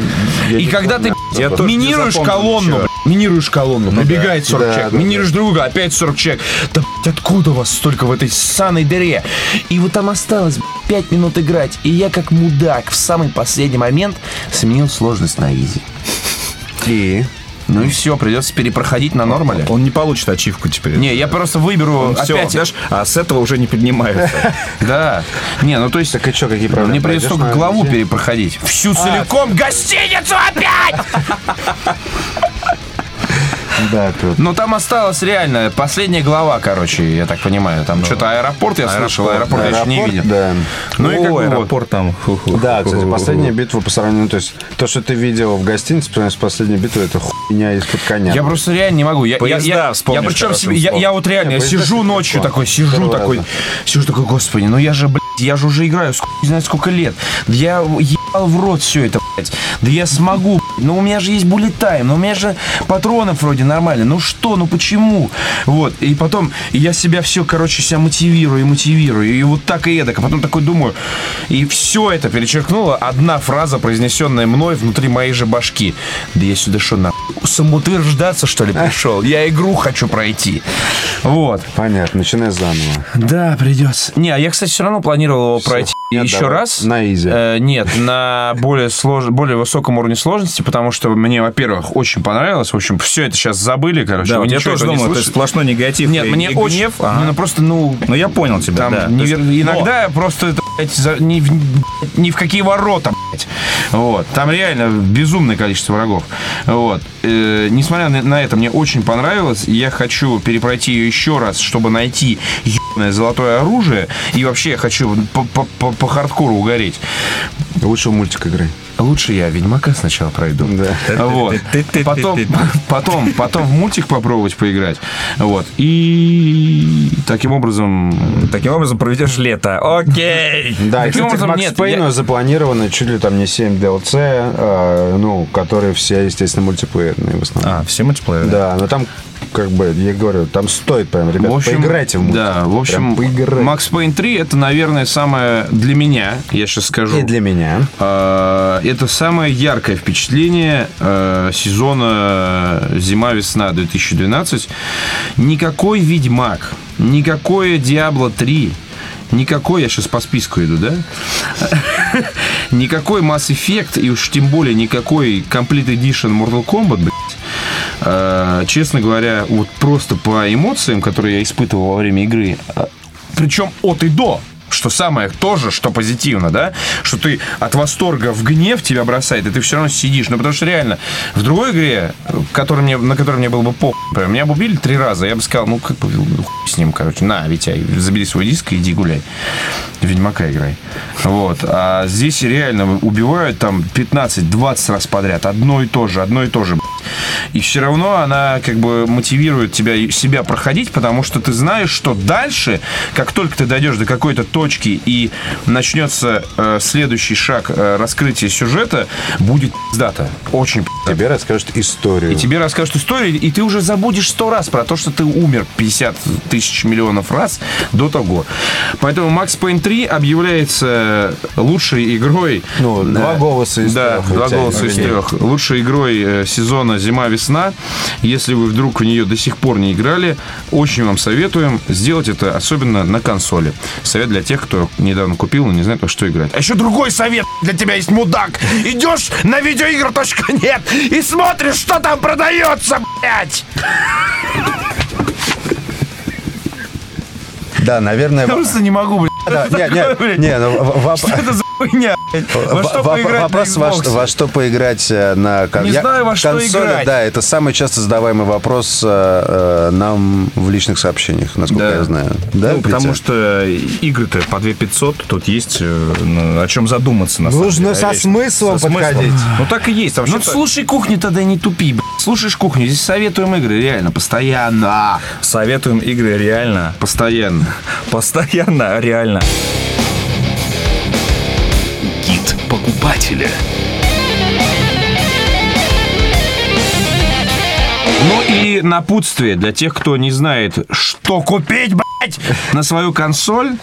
Speaker 2: я
Speaker 3: И
Speaker 2: не
Speaker 3: когда ты
Speaker 2: помню.
Speaker 1: Я
Speaker 3: блядь,
Speaker 1: тоже не
Speaker 3: минируешь
Speaker 1: запомнил
Speaker 3: колонну,
Speaker 1: ничего.
Speaker 3: блядь, минируешь колонну, набегает 40
Speaker 2: Ну Да,
Speaker 3: человек,
Speaker 2: да,
Speaker 3: минируешь друга, опять 40 человек. Да блядь, откуда вас столько в этой ссаной дыре? И вот там осталось 5 минут играть, и я как мудак в самый последний момент сменил сложность на изи.
Speaker 2: И?
Speaker 3: Ну и все, придется перепроходить на нормале.
Speaker 1: Он не получит ачивку теперь.
Speaker 3: Не, я просто выберу
Speaker 1: Всё,
Speaker 3: опять.
Speaker 1: знаешь, а с этого уже не поднимаются.
Speaker 3: Да. Не, ну то есть...
Speaker 2: Так и чё, какие проблемы?
Speaker 3: Мне придется
Speaker 2: Пойдёшь
Speaker 3: только
Speaker 2: на А.
Speaker 3: главу
Speaker 2: музей?
Speaker 3: перепроходить. Всю целиком гостиницу опять!
Speaker 2: Да, тут.
Speaker 3: Но Ну, там осталась реально последняя глава, короче, я так понимаю. Там что-то аэропорт, я слышал, аэропорт я еще не
Speaker 2: Аэропорт,
Speaker 3: видел.
Speaker 2: Да.
Speaker 3: Ну и как
Speaker 1: О,
Speaker 3: бы вот.
Speaker 1: аэропорт там. ху-ху.
Speaker 2: Да, кстати, последняя битва по сравнению, то есть то, что ты видел в гостинице, потому что последняя битва это хуйня из-под коня.
Speaker 3: Я просто реально не могу. Я, я-
Speaker 1: Поезда
Speaker 3: я, я,
Speaker 1: вспомнишь
Speaker 3: причем
Speaker 1: хорошим
Speaker 3: себе, я,
Speaker 1: словом.
Speaker 3: я вот реально, я
Speaker 2: поезда
Speaker 3: сижу
Speaker 2: всегда
Speaker 3: ничью
Speaker 2: классно.
Speaker 3: такой, сижу
Speaker 2: Здорово,
Speaker 3: такой,
Speaker 2: да.
Speaker 3: сижу такой, господи, ну я же, блядь, я же уже играю, сколько, не знаю, сколько лет. Да я ебал в рот все это, блядь. Да я смогу, блядь. Ну у меня же есть буллетайм, но у меня же патронов вроде нормально. Ну что, ну почему? Вот, и потом я себя все, короче, себя мотивирую и мотивирую. И вот так и эдак. А потом такой думаю, и все это перечеркнула одна фраза, произнесенная мной внутри моей же башки. Да я сюда что, на самоутверждаться, что ли, пришел? Я игру хочу пройти. Вот.
Speaker 2: Понятно, начинай заново.
Speaker 3: Да, придется. Не, а я, кстати, все равно планировал его пройти
Speaker 2: хуйня,
Speaker 3: еще
Speaker 2: давай.
Speaker 3: раз.
Speaker 2: На изи.
Speaker 3: Э, нет, на более, слож... более высоком уровне сложности, потому что мне, во-первых, очень понравилось. В общем, все это сейчас забыли, короче.
Speaker 1: Да,
Speaker 3: вы
Speaker 1: вот я
Speaker 3: ничего
Speaker 1: тоже
Speaker 3: этого не
Speaker 1: думал, это
Speaker 3: слышали.
Speaker 1: сплошной негатив.
Speaker 3: Нет,
Speaker 1: и-
Speaker 3: мне
Speaker 1: и
Speaker 3: очень...
Speaker 1: гнев. Ага.
Speaker 3: Ну, просто, ну...
Speaker 1: Ну, я понял тебя,
Speaker 3: Там
Speaker 1: да. То
Speaker 3: невер-
Speaker 1: есть-
Speaker 3: иногда просто это, блядь, за- ни, в- ни в какие ворота, блядь. Вот. Там реально безумное количество врагов. Вот. Э, несмотря на, на это, мне очень понравилось. и Я хочу перепройти ее еще раз, чтобы найти ебаное золотое оружие. И вообще я хочу по, по- по- по хардкору угореть.
Speaker 2: Лучше в мультик игры.
Speaker 3: Лучше я Ведьмака сначала пройду.
Speaker 2: Да.
Speaker 3: Вот.
Speaker 1: Ты-ты-ты-ты-ты.
Speaker 3: Потом, потом, потом в мультик попробовать поиграть. Вот. И таким образом
Speaker 1: Таким образом проведешь лето. Окей.
Speaker 2: Да, и,
Speaker 3: Таким
Speaker 2: кстати,
Speaker 3: образом,
Speaker 2: Макс
Speaker 3: нет,
Speaker 2: Пейну
Speaker 3: я-
Speaker 2: запланировано чуть ли там не 7 DLC, э, ну, которые все, естественно, мультиплеерные в основном.
Speaker 1: А, все мультиплееры.
Speaker 2: Да, но там, как бы, я говорю, там стоит прям, ребят, поиграйте в мультик.
Speaker 3: Да, в
Speaker 2: Прям
Speaker 3: общем,
Speaker 2: поиграйте.
Speaker 3: Max Payne 3 это, наверное, самое для меня, я сейчас скажу.
Speaker 2: И для меня.
Speaker 3: э, Это самое яркое впечатление э, сезона зима-весна 2012. Никакой Ведьмак, никакое Диабло 3, никакой, я сейчас по списку иду, да? Никакой Mass Effect и уж тем более никакой Complete Edition Mortal Kombat, блядь. Э, Честно говоря, вот просто по эмоциям, которые я испытывал во время игры, причем от и до, что самое тоже, что позитивно, да, что ты от восторга в гнев тебя бросает, и ты все равно сидишь. Ну, потому что реально, в другой игре, э, который мне, на которой мне было бы похуй, например, меня бы убили три раза, я бы сказал, ну, как бы, ну, хуй с ним, короче, на, Витя, забери свой диск и иди гуляй. Ведьмака играй. Вот. А здесь реально убивают там 15-20 раз подряд. Одно и то же, одно и то же. блядь. И все равно она как бы мотивирует тебя и себя проходить, потому что ты знаешь, что дальше, как только ты дойдешь до какой-то точки и начнется э, следующий шаг э, раскрытия сюжета, будет пиздато. Очень пиздато.
Speaker 2: Тебе расскажут историю.
Speaker 3: И тебе расскажут историю, и ты уже забудешь сто раз про то, что ты умер 50 тысяч миллионов раз до того. Поэтому Max Payne 3 объявляется лучшей игрой.
Speaker 2: Ну, два
Speaker 3: э,
Speaker 2: голоса из
Speaker 3: Да,
Speaker 2: трех у
Speaker 3: два
Speaker 2: тебя
Speaker 3: голоса из
Speaker 2: есть.
Speaker 3: трех. Лучшей игрой э, сезона «Зима-весна». Если вы вдруг в нее до сих пор не играли, очень вам советуем сделать это, особенно на консоли. Совет для тех, кто недавно купил, но не знает, во что играть. А еще другой совет для тебя есть, мудак. Идешь на видеоигр.нет и смотришь, что там продается, блядь.
Speaker 2: Да, наверное... во-
Speaker 5: Просто не могу, блядь.
Speaker 2: Да, не, не, не, ну, в- в-
Speaker 5: Это за хуйня, блядь. Во
Speaker 2: в-
Speaker 5: что
Speaker 2: воп-
Speaker 5: поиграть на
Speaker 2: вопрос, во, что-
Speaker 5: Xbox?
Speaker 2: во что поиграть э, на кон-
Speaker 5: Не
Speaker 2: я-
Speaker 5: знаю, во что
Speaker 2: консоли,
Speaker 5: играть.
Speaker 2: Да, это самый часто задаваемый вопрос э, э, нам в личных сообщениях, насколько
Speaker 3: Да.
Speaker 2: я знаю. Да,
Speaker 1: Ну, потому
Speaker 2: Петя?
Speaker 1: что игры-то по 2 500, тут есть э, ну, о чем задуматься. На самом
Speaker 6: Нужно
Speaker 1: деле,
Speaker 6: со
Speaker 1: конечно.
Speaker 6: смыслом
Speaker 1: Со смыслом.
Speaker 6: подходить.
Speaker 1: Ну, так и есть.
Speaker 3: Ну,
Speaker 1: Вообще
Speaker 3: слушай кухню тогда и не тупи, блядь. Слушаешь кухню, здесь советуем игры, реально, постоянно.
Speaker 1: советуем игры реально.
Speaker 3: Постоянно.
Speaker 1: Постоянно, реально.
Speaker 4: Гид покупателя.
Speaker 3: Ну и напутствие для тех, кто не знает, что купить, блядь, на свою консоль.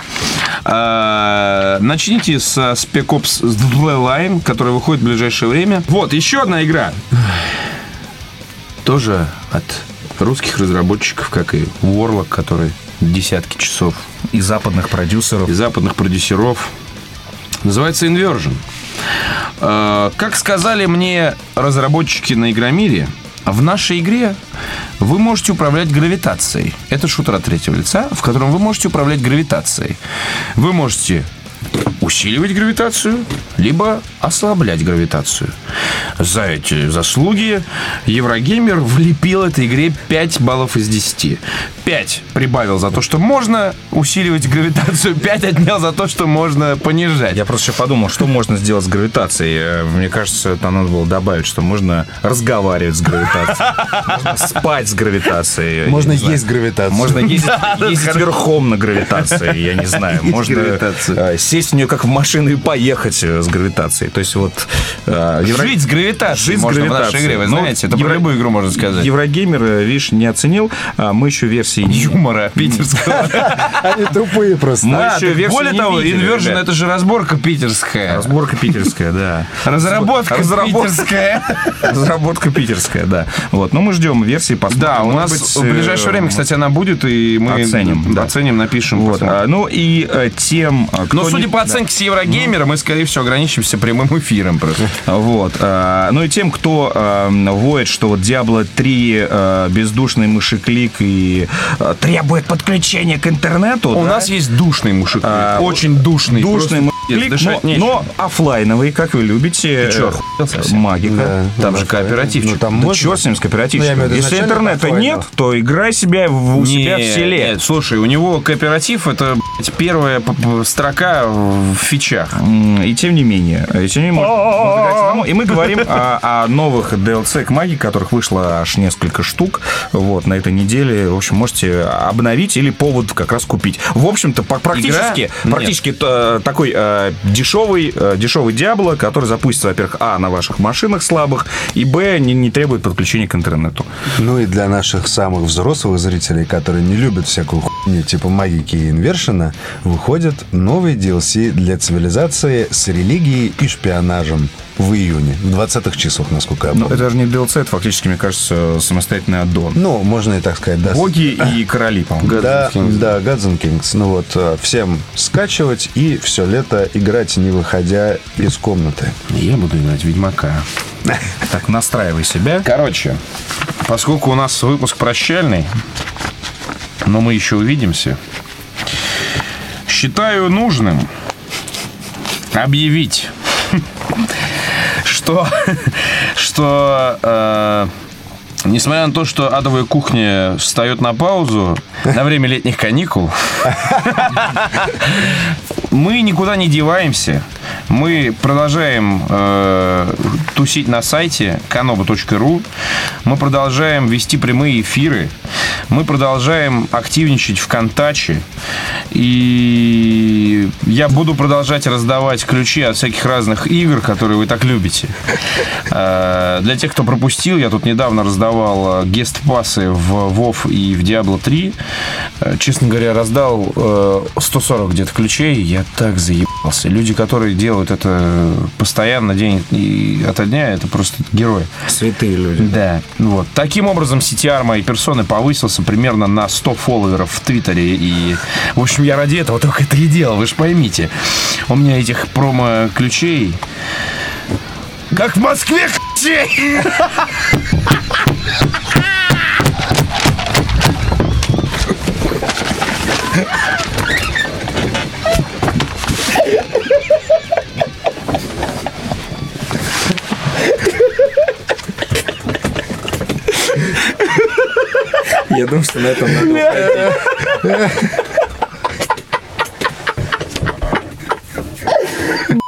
Speaker 3: Э, Начните с э, Spec Ops The Line, который выходит в ближайшее время. Вот, еще одна игра. Тоже от русских разработчиков, как и Warlock, который десятки часов
Speaker 1: И западных продюсеров.
Speaker 3: и западных продюсеров. Называется Inversion. Э, Как сказали мне разработчики на Игромире, в нашей игре вы можете управлять гравитацией. Это шутер от третьего лица, в котором вы можете управлять гравитацией. Вы можете усиливать гравитацию, либо ослаблять гравитацию. За эти заслуги Еврогеймер влепил этой игре 5 баллов из 10. 5 прибавил за то, что можно усиливать гравитацию, 5 отнял за то, что можно понижать.
Speaker 1: Я просто еще подумал, что можно сделать с гравитацией. Э, Мне кажется, там надо было добавить, что можно разговаривать с гравитацией. Можно спать с гравитацией.
Speaker 6: Можно
Speaker 1: Я не знаю.
Speaker 6: есть гравитацию.
Speaker 1: А Можно ездить, ездить верхом на гравитации, я не знаю. Можно
Speaker 3: гравитацию.
Speaker 1: э, сесть в нее как в машину и поехать э, с гравитацией. То есть вот... э, евро-
Speaker 3: Жить с гравитацией
Speaker 1: Жить с
Speaker 3: можно в нашей
Speaker 1: гравитацией.
Speaker 3: игре, вы
Speaker 1: Ну,
Speaker 3: знаете. Это
Speaker 1: евро-
Speaker 3: про любую игру можно сказать.
Speaker 1: Еврогеймер, э, видишь, не оценил. А Мы еще версии... не-
Speaker 3: Юмора питерского.
Speaker 6: Они А тупые просто.
Speaker 1: Мы
Speaker 3: Да,
Speaker 1: еще
Speaker 3: так
Speaker 1: версии
Speaker 3: более
Speaker 1: не
Speaker 3: того,
Speaker 1: видели,
Speaker 3: Inversion
Speaker 1: ребят.
Speaker 3: это же разборка питерская.
Speaker 1: Разборка питерская, да.
Speaker 3: Разработка
Speaker 1: Разработка.
Speaker 3: питерская.
Speaker 1: Разработка питерская, да. Вот, но мы ждем версии по
Speaker 3: Да, у нас в ближайшее время, кстати, она будет, и мы
Speaker 1: э, оценим, да.
Speaker 3: оценим, напишем.
Speaker 1: Вот,
Speaker 3: посмотрим.
Speaker 1: а, ну и э, тем, э, кто
Speaker 3: Но судя
Speaker 1: не-
Speaker 3: по оценке с Еврогеймера, мы, скорее всего, ограничимся прямым эфиром просто.
Speaker 1: Вот. э, Ну и тем, кто э, воет, что вот Diablo 3 э, бездушный мышеклик и э, требует подключения к интернету.
Speaker 3: У
Speaker 1: да,
Speaker 3: нас есть душный мужик.
Speaker 1: А,
Speaker 3: Очень душный.
Speaker 1: душный мышеклик,
Speaker 3: дышать
Speaker 1: но,
Speaker 3: нечем.
Speaker 1: но офлайновый, как вы любите.
Speaker 3: Ты
Speaker 1: э,
Speaker 3: чё, охуел совсем?
Speaker 1: Магика.
Speaker 3: Там же кооперативчик.
Speaker 6: Ну, там
Speaker 1: Да
Speaker 6: можно?
Speaker 1: черт с ним, с кооперативчиком.
Speaker 6: Ну, я имею в виду,
Speaker 1: Если
Speaker 6: изначально
Speaker 1: интернета
Speaker 6: оффлайновый.
Speaker 1: нет, то играй себя в- у себя в
Speaker 3: Не,
Speaker 1: селе.
Speaker 3: нет, слушай, у него кооператив это блядь, первая п- п- строка в фичах.
Speaker 1: М, И тем не менее. э, И тем не менее, можно- можно играть самому. И мы говорим о, о новых DLC к магии, которых вышло аж несколько штук. Вот, на этой неделе. В общем, можете обновить или повод как раз купить. В общем-то, пр- практически,
Speaker 3: Нет.
Speaker 1: практически т- э, такой э, дешевый, э, дешевый Диабло, который запустится, во-первых, а, на ваших машинах слабых, и б, не, не требует подключения к интернету.
Speaker 2: Ну и для наших самых взрослых зрителей, которые не любят всякую хуйню типа магики и инвершена, выходит новый DLC для цивилизации с религией и шпионажем в июне, в 20-х числах, насколько я
Speaker 1: Ну,
Speaker 2: помню.
Speaker 1: это даже не DLC, это фактически, мне кажется, э, самостоятельный аддон.
Speaker 2: Ну, можно и так сказать, да.
Speaker 1: Боги и короли, по-моему.
Speaker 2: Да, да, Gods and Kings. Ну вот, э, всем скачивать и все лето играть, не выходя из комнаты.
Speaker 3: Я буду играть Ведьмака.
Speaker 1: Так, настраивай себя.
Speaker 3: Короче, поскольку у нас выпуск прощальный, но мы еще увидимся, считаю нужным объявить, что, что э, несмотря на то, что адовая кухня встает на паузу на время летних каникул, мы никуда не деваемся. Мы продолжаем э, тусить на сайте kanoba.ru. Мы продолжаем вести прямые эфиры. Мы продолжаем активничать в Контаче. И я буду продолжать раздавать ключи от всяких разных игр, которые вы так любите. Э, Для тех, кто пропустил, я тут недавно раздавал э, гест-пассы в WoW и в Diablo 3. Э, Честно говоря, раздал э, 140 где-то ключей. Я так заебался. Люди, которые делают это э, постоянно, день и ото дня, это просто герои.
Speaker 1: Святые люди.
Speaker 3: Да. ну Вот. Таким образом, CTR моей персоны повысился примерно на 100 фолловеров в Твиттере. И, в общем, я ради этого только это и делал, вы же поймите. У меня этих промо-ключей... Как в Москве ключей!
Speaker 1: Я думаю, что на этом надо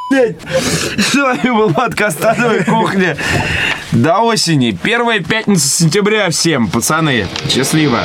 Speaker 3: С вами был подкаст «Адовая кухня». До осени. Первая пятница сентября всем, пацаны. Счастливо.